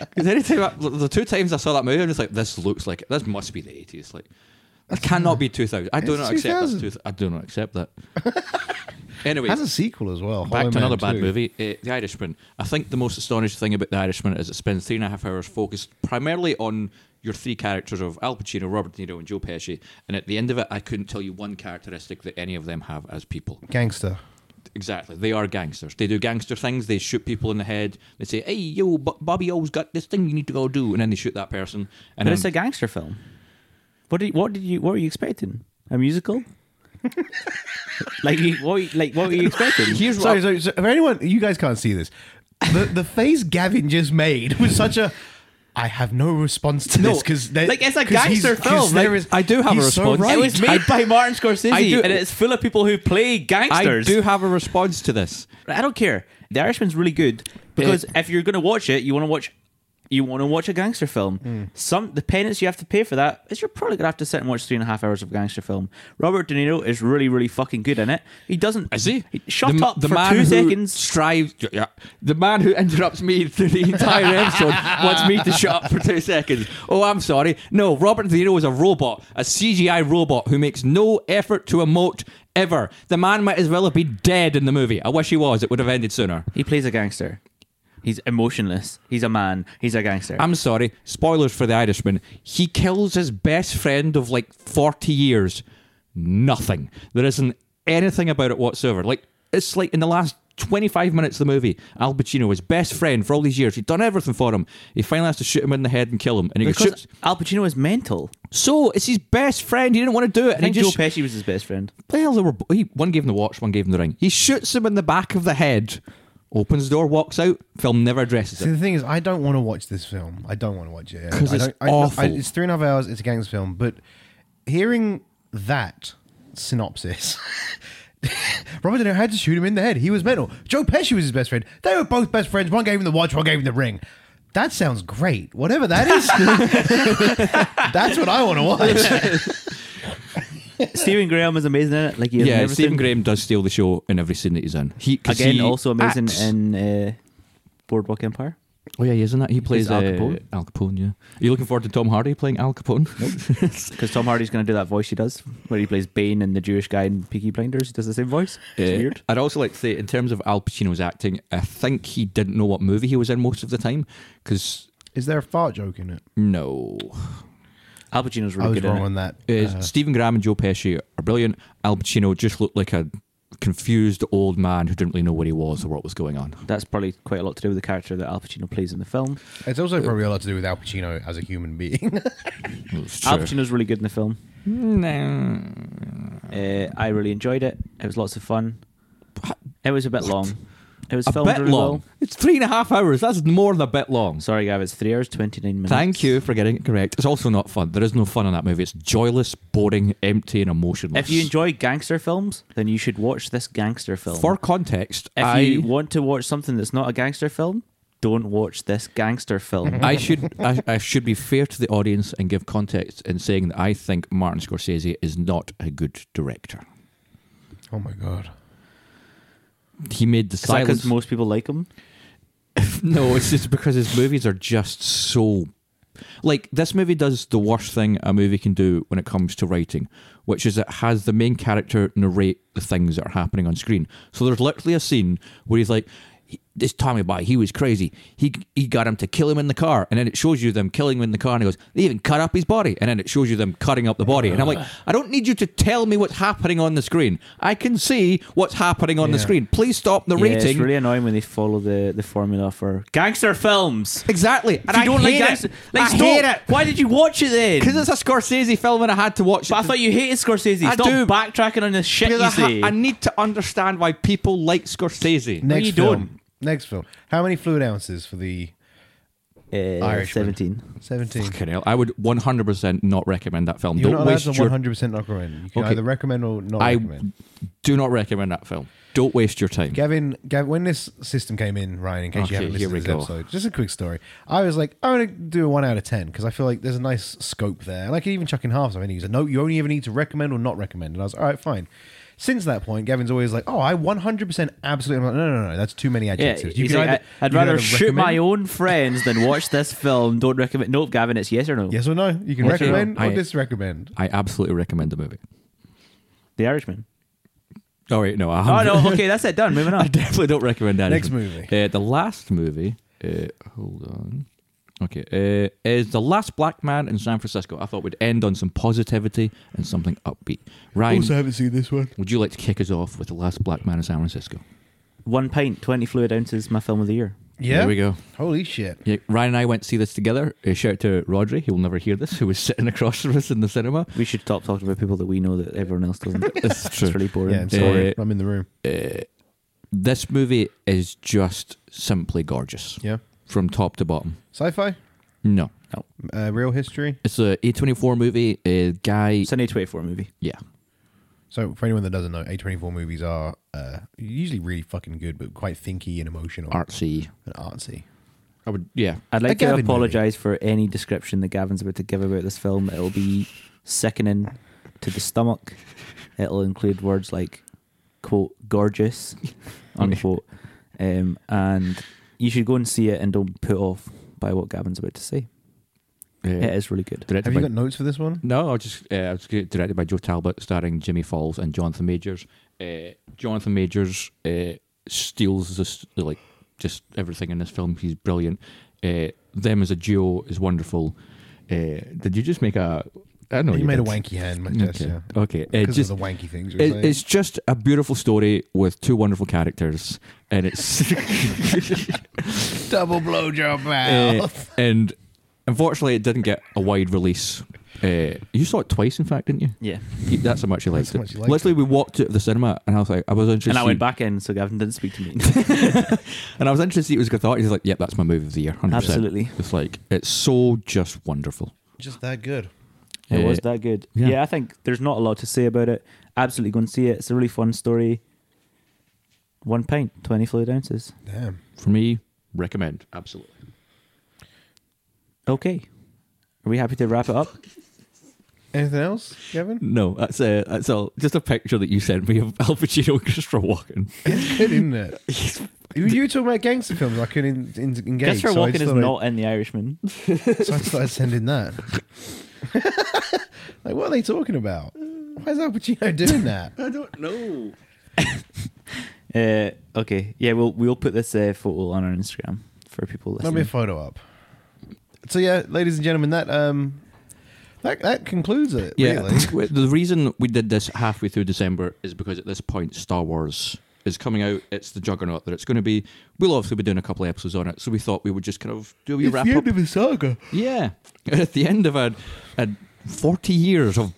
S1: Because anytime, I, the two times I saw that movie, I'm just like, this looks like, this must be the 80s. Like, that cannot be 2000. I do
S3: It's
S1: not accept that.
S3: 2000.
S1: Two, I do not accept that. anyway,
S3: Has a sequel as well.
S1: back
S3: Hollow
S1: to
S3: Man
S1: another bad
S3: 2.
S1: movie, uh, The Irishman. I think the most astonishing thing about The Irishman is it spends three and a half hours focused primarily on your three characters of Al Pacino, Robert De Niro, and Joe Pesci. And at the end of it, I couldn't tell you one characteristic that any of them have as people.
S3: Gangster.
S1: Exactly. They are gangsters. They do gangster things. They shoot people in the head. They say, hey, yo, B- Bobby O's got this thing you need to go do. And then they shoot that person. And
S2: But
S1: then,
S2: it's a gangster film. What did what did you what were you expecting? A musical? like you- what were you- like what were you expecting?
S1: here's what
S3: Sorry,
S1: I-
S3: sorry, so for anyone, you guys can't see this. The the face Gavin just made was such a. I have no response to
S1: No,
S3: this because
S2: like, it's a gangster film, like,
S1: I do have a response.
S2: It was made by Martin Scorsese,
S1: I do-
S2: and it's full of people who play
S1: I
S2: gangsters.
S1: do have a response to this.
S2: I don't care. The Irishman's really good because if you're going to watch it, you want to watch you want to watch a gangster film.
S1: Mm.
S2: Some the penance you have to pay for that is you're probably going to have to sit and watch three and a half hours of gangster film. Robert De Niro is really really fucking good in it. He doesn't.
S1: Is he?
S2: shut
S1: the, ma-
S2: up
S1: the
S2: for
S1: man
S2: two
S1: who
S2: seconds?
S1: Strives. Yeah, the man who interrupts me through the entire episode wants me to shut up for two seconds. Oh, I'm sorry. No, Robert De Niro is a robot, a CGI robot who makes no effort to emote ever. The man might as well have been dead in the movie. I wish he was. It would have ended sooner.
S2: He plays a gangster. He's emotionless. He's a man. He's a gangster.
S1: I'm sorry. Spoilers for The Irishman. He kills his best friend of like 40 years. Nothing. There isn't anything about it whatsoever. Like it's like in the last 25 minutes of the movie, Al Pacino, his best friend for all these years, he'd done everything for him. He finally has to shoot him in the head and kill him, and he goes,
S2: because
S1: shoots.
S2: Al Pacino is mental.
S1: So it's his best friend. He didn't want to do it,
S2: I
S1: and he
S2: think
S1: just Uh,
S2: Joe Pesci was his best friend.
S1: well, they were he, one gave him the watch, one gave him the ring. He shoots him in the back of the head, opens the door, walks out. Film never addresses
S3: See,
S1: it.
S3: the thing is, I don't want to watch this film. I don't want to watch it
S1: 'Cause
S3: I
S1: it's
S3: don't- I- I-
S1: awful.
S3: it's three and a half hours. It's a gangster film, but hearing that synopsis. Robert De Niro had to shoot him in the head. He was mental. Joe Pesci was his best friend. They were both best friends. One gave him the watch, one gave him the ring. That sounds great. Whatever that is, that's what I want to watch.
S2: Stephen Graham is amazing in it. Like he is in
S1: Yeah,
S2: everything.
S1: Stephen Graham does steal the show in every scene that he's in. He 'cause
S2: again
S1: he
S2: also amazing
S1: acts-
S2: in uh, Boardwalk Empire.
S1: Oh yeah, he is in that. He plays
S2: Al
S1: Al
S2: Capone.
S1: Capone. Al Capone, yeah. Are you looking forward to Tom Hardy playing Al Capone?
S2: Because Tom Hardy's going to do that voice he does, where he plays Bane and the Jewish guy in Peaky Blinders. He does the same voice. It's
S1: Uh,
S2: weird.
S1: I'd also like to say, in terms of Al Pacino's acting, I think he didn't know what movie he was in most of the time. Because
S3: Is there a fart joke in it?
S1: no,
S2: Al Pacino's
S3: I
S2: really
S3: was
S2: good in
S3: wrong
S2: it.
S3: on that.
S1: Uh,
S2: Uh-huh.
S1: Stephen Graham and Joe Pesci are brilliant. Al Pacino just looked like a confused old man who didn't really know where he was or what was going on.
S2: That's probably quite a lot to do with the character that Al Pacino plays in the film.
S3: It's also probably a lot to do with Al Pacino as a human being.
S2: Al Pacino's really good in the film.
S1: No.
S2: Uh, I really enjoyed it. It was lots of fun. It was a bit long. It was
S1: A
S2: filmed
S1: bit
S2: really
S1: long.
S2: well.
S1: It's three and a half hours. That's more than a bit long.
S2: Sorry, Gav. It's three hours twenty nine minutes.
S1: Thank you for getting it correct. It's also not fun. There is no fun in that movie. It's joyless, boring, empty, and emotionless.
S2: If you enjoy gangster films, then you should watch this gangster film.
S1: for context,
S2: if
S1: I
S2: you want to watch something that's not a gangster film, don't watch this gangster film.
S1: I should I, I should be fair to the audience and give context in saying that I think Martin Scorsese is not a good director.
S3: oh my god.
S1: He made the
S2: Is that
S1: silence.
S2: because most people like him?
S1: no, it's just because his movies are just so. Like this movie does the worst thing a movie can do when it comes to writing, which is it has the main character narrate the things that are happening on screen. So there's literally a scene where he's like, this Tommy boy, he was crazy. He he got him to kill him in the car, and then it shows you them killing him in the car, and he goes, they even cut up his body, and then it shows you them cutting up the body, and I'm like, I don't need you to tell me what's happening on the screen. I can see what's happening on the
S3: Yeah.
S1: screen. Please stop the
S2: Yeah,
S1: rating.
S2: it's really annoying when they follow the, the formula for gangster films.
S1: Exactly, and
S2: If you
S1: I
S2: don't like
S1: hate
S2: gangster,
S1: it.
S2: like,
S1: I
S2: stop.
S1: hate it
S2: Why did you watch it then?
S1: because it's a Scorsese film, and I had to watch.
S2: but I
S1: it
S2: thought you hated Scorsese.
S1: I
S2: Stop
S1: do.
S2: backtracking on this shit
S1: because
S2: you
S1: I, ha-
S2: say.
S1: I need to understand why people like Scorsese.
S3: Next
S2: you
S3: film.
S2: don't.
S3: Next film. How many fluid ounces for the
S2: Uh,
S3: Irishman.
S2: 17.
S3: 17?
S1: Fucking hell, I would 100% not recommend that film.
S3: You're
S1: Don't
S3: not allowed
S1: waste
S3: to
S1: your
S3: 100% not recommend. You can
S1: Okay.
S3: either recommend or not
S1: I
S3: recommend.
S1: do not recommend that film. Don't waste your time.
S3: Gavin, Gavin, when this system came in, Ryan, in case
S1: Okay,
S3: you haven't
S1: here
S3: listened to
S1: we
S3: this
S1: go.
S3: episode, just a quick story. I was like, I'm going to do a one out of 10 because I feel like there's a nice scope there. And I could even chuck in halves. I mean, he's a note, you only ever need to recommend or not recommend. And I was all right, fine. Since that point, Gavin's always like, oh, I 100% absolutely. I'm like, no, no, no, no, that's too many
S2: Yeah,
S3: adjectives. You
S2: he's
S3: can
S2: like,
S3: either-
S2: I- I'd
S3: you can
S2: rather
S3: either
S2: shoot my
S3: recommend-
S2: own friends than watch this film. Don't recommend. Nope, Gavin, it's yes or no.
S3: Yes or no? You can
S1: Yes or no.
S3: recommend or,
S1: I-
S3: disrecommend.
S1: I absolutely recommend the movie.
S2: The Irishman.
S1: All right, no, I
S2: Oh,
S1: haven't.
S2: no. Okay, that's it. Done. Moving
S1: I
S2: on.
S1: definitely don't recommend that.
S3: Next
S1: either.
S3: movie.
S1: Uh, the last movie. Uh, hold on. Okay, uh, is the last black man in San Francisco? I thought we'd end on some positivity and something upbeat. Ryan,
S3: haven't seen this one.
S1: would you like to kick us off with the last black man in San Francisco?
S2: One pint, 20 fluid ounces, my film of the year.
S3: Yeah.
S1: There we go.
S3: Holy shit.
S1: Yeah, Ryan and I went to see this together. Uh, shout out to Rodri, he will never hear this, who was sitting across from us in the cinema.
S2: We should stop talking about people that we know that everyone else doesn't.
S1: It's true.
S2: It's really boring.
S3: Yeah, I'm sorry.
S1: Uh,
S3: I'm in the room.
S1: this movie is just simply gorgeous
S3: Yeah.
S1: from top to bottom.
S3: Sci fi,
S1: No,
S3: uh, real history.
S1: it's a A24 movie. A guy,
S2: It's an A24 movie.
S1: yeah,
S3: So, for anyone that doesn't know, A24 movies are uh, usually really fucking good, but quite thinky and emotional
S1: artsy.
S3: and artsy.
S1: I would, yeah,
S2: I'd
S3: A
S2: like to
S3: Gavin
S2: apologise for any description that Gavin's about to give about this film. It'll be sickening to the stomach. It'll include words like "quote gorgeous," unquote, um, and you should go and see it and don't put off by what Gavin's about to say.
S1: Uh,
S2: It is really good.
S1: directed
S3: Have you
S1: by-
S3: got notes for this one?
S1: no, I was just, uh, I was g- directed by Joe Talbot, starring Jimmy Falls and Jonathan Majors. Uh, Jonathan Majors uh, steals this, like just everything in this film. He's brilliant. Uh, them as a duo is wonderful. Uh, did you just make a? I don't know.
S3: you made
S1: did.
S3: a wanky hand, my chest,
S1: Okay.
S3: yeah.
S1: Okay. Uh,
S3: Because
S1: just
S3: of the wanky things. we were
S1: It,
S3: saying.
S1: it's just a beautiful story with two wonderful characters, and it's
S3: double blowjob
S1: uh,
S3: mouth.
S1: and unfortunately it didn't get a wide release. Uh, you saw it twice, in fact, didn't you?
S2: Yeah,
S1: You- That's how much you liked
S3: That's how
S1: it.
S3: much you liked
S1: Literally, we walked out of the cinema, and I was like, I was interested.
S2: and I went
S1: to-
S2: back in, so Gavin didn't speak to me.
S1: and I was interested. to see It was good thought. He's like, "Yep, that's my movie of the year." 100%.
S2: Absolutely,
S1: It's like it's so just wonderful.
S3: Just that good.
S2: it was
S1: Uh,
S2: that good.
S1: yeah.
S2: Yeah. I think there's not a lot to say about it. Absolutely, go and see it. It's a really fun story. One pint, twenty fluid ounces.
S3: Damn.
S1: for me. Recommend absolutely.
S2: Okay. Are we happy to wrap it up?
S3: Anything else, Gavin?
S1: No, that's a that's all. Just a picture that you sent me of Al Pacino and Christopher Walken.
S3: It's good, isn't it? You you were talking about gangster films. I couldn't en- en- engage.
S2: Guess for
S3: so I
S2: Walking
S3: just
S2: is
S3: thought I'd-
S2: not in The Irishman.
S3: So I started sending that. like, what are they talking about? Why is Al Pacino doing that?
S2: Uh, okay, yeah, we'll we'll put this uh, photo on our Instagram for people
S3: Let me
S2: listening.
S3: a photo up. So yeah, ladies and gentlemen, that um, that that concludes it. Really.
S1: Well, the reason we did this halfway through December is because at this point, Star Wars is coming out. It's the juggernaut that it's going to be. We'll obviously be doing a couple of episodes on it, so we thought we would just kind of do a wee wrap up.
S3: a saga.
S1: yeah, at the end of a, a forty years of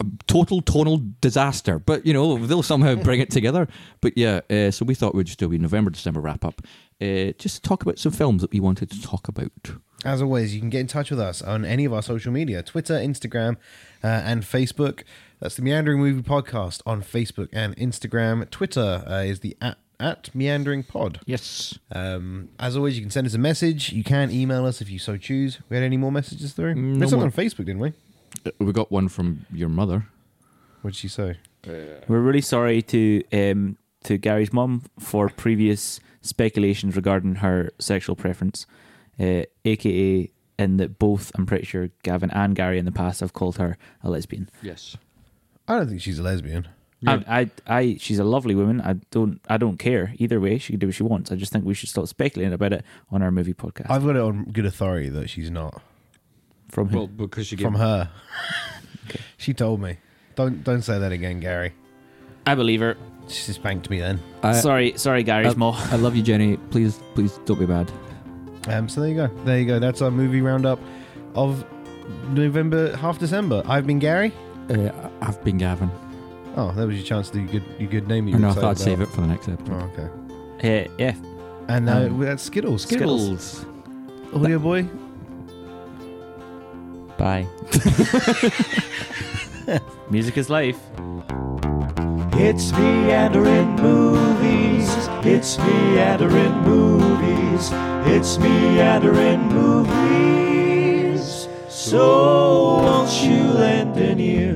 S1: um, total tonal disaster, but you know they'll somehow bring it together. But yeah, uh, so we thought we'd just do a wee November December wrap up. Uh, just talk about some films that we wanted to talk about.
S3: As always, you can get in touch with us on any of our social media Twitter, Instagram, uh, and Facebook. That's the Meandering Movie Podcast on Facebook and Instagram. Twitter uh, is the at, at Meandering Pod.
S1: Yes.
S3: Um, as always, you can send us a message. You can email us if you so choose. We had any more messages through?
S1: No
S3: we saw it
S1: more.
S3: on Facebook, didn't we?
S1: Uh, We got one from your mother.
S3: What did she say?
S2: We're really sorry to um, to Gary's mum for previous speculations regarding her sexual preference, uh, aka in that both I'm pretty sure Gavin and Gary in the past have called her a lesbian.
S1: Yes.
S3: I don't think she's a lesbian.
S1: Yeah.
S2: I, I, I, she's a lovely woman. I don't, I don't care either way. She can do what she wants. I just think we should stop speculating about it on our movie podcast.
S3: I've got it on good authority that she's not
S2: From who?
S1: Well, because you gave
S3: from her. she told me. Don't don't say that again, Gary.
S2: I believe her.
S3: She spanked me then.
S1: I,
S2: sorry, sorry, Gary's
S1: I,
S2: more.
S1: I love you, Jenny. Please, please don't be bad.
S3: Um, so there you go. There you go. That's our movie roundup of November, half December. I've been Gary.
S1: Uh, I've been Gavin.
S3: Oh, that was your chance to do your good your good name. You
S1: Or
S3: were
S1: no, I
S3: excited
S1: thought I'd save
S3: about.
S1: it for the next episode.
S3: Oh, okay.
S2: Eh, yeah,
S3: And uh,
S2: Um,
S3: that's Skittles. Skittles.
S2: Skittles.
S3: Audio boy.
S5: Bye.
S2: Music is life.
S4: It's meander in movies. It's meander in movies. It's meander in movies. So won't you lend an ear?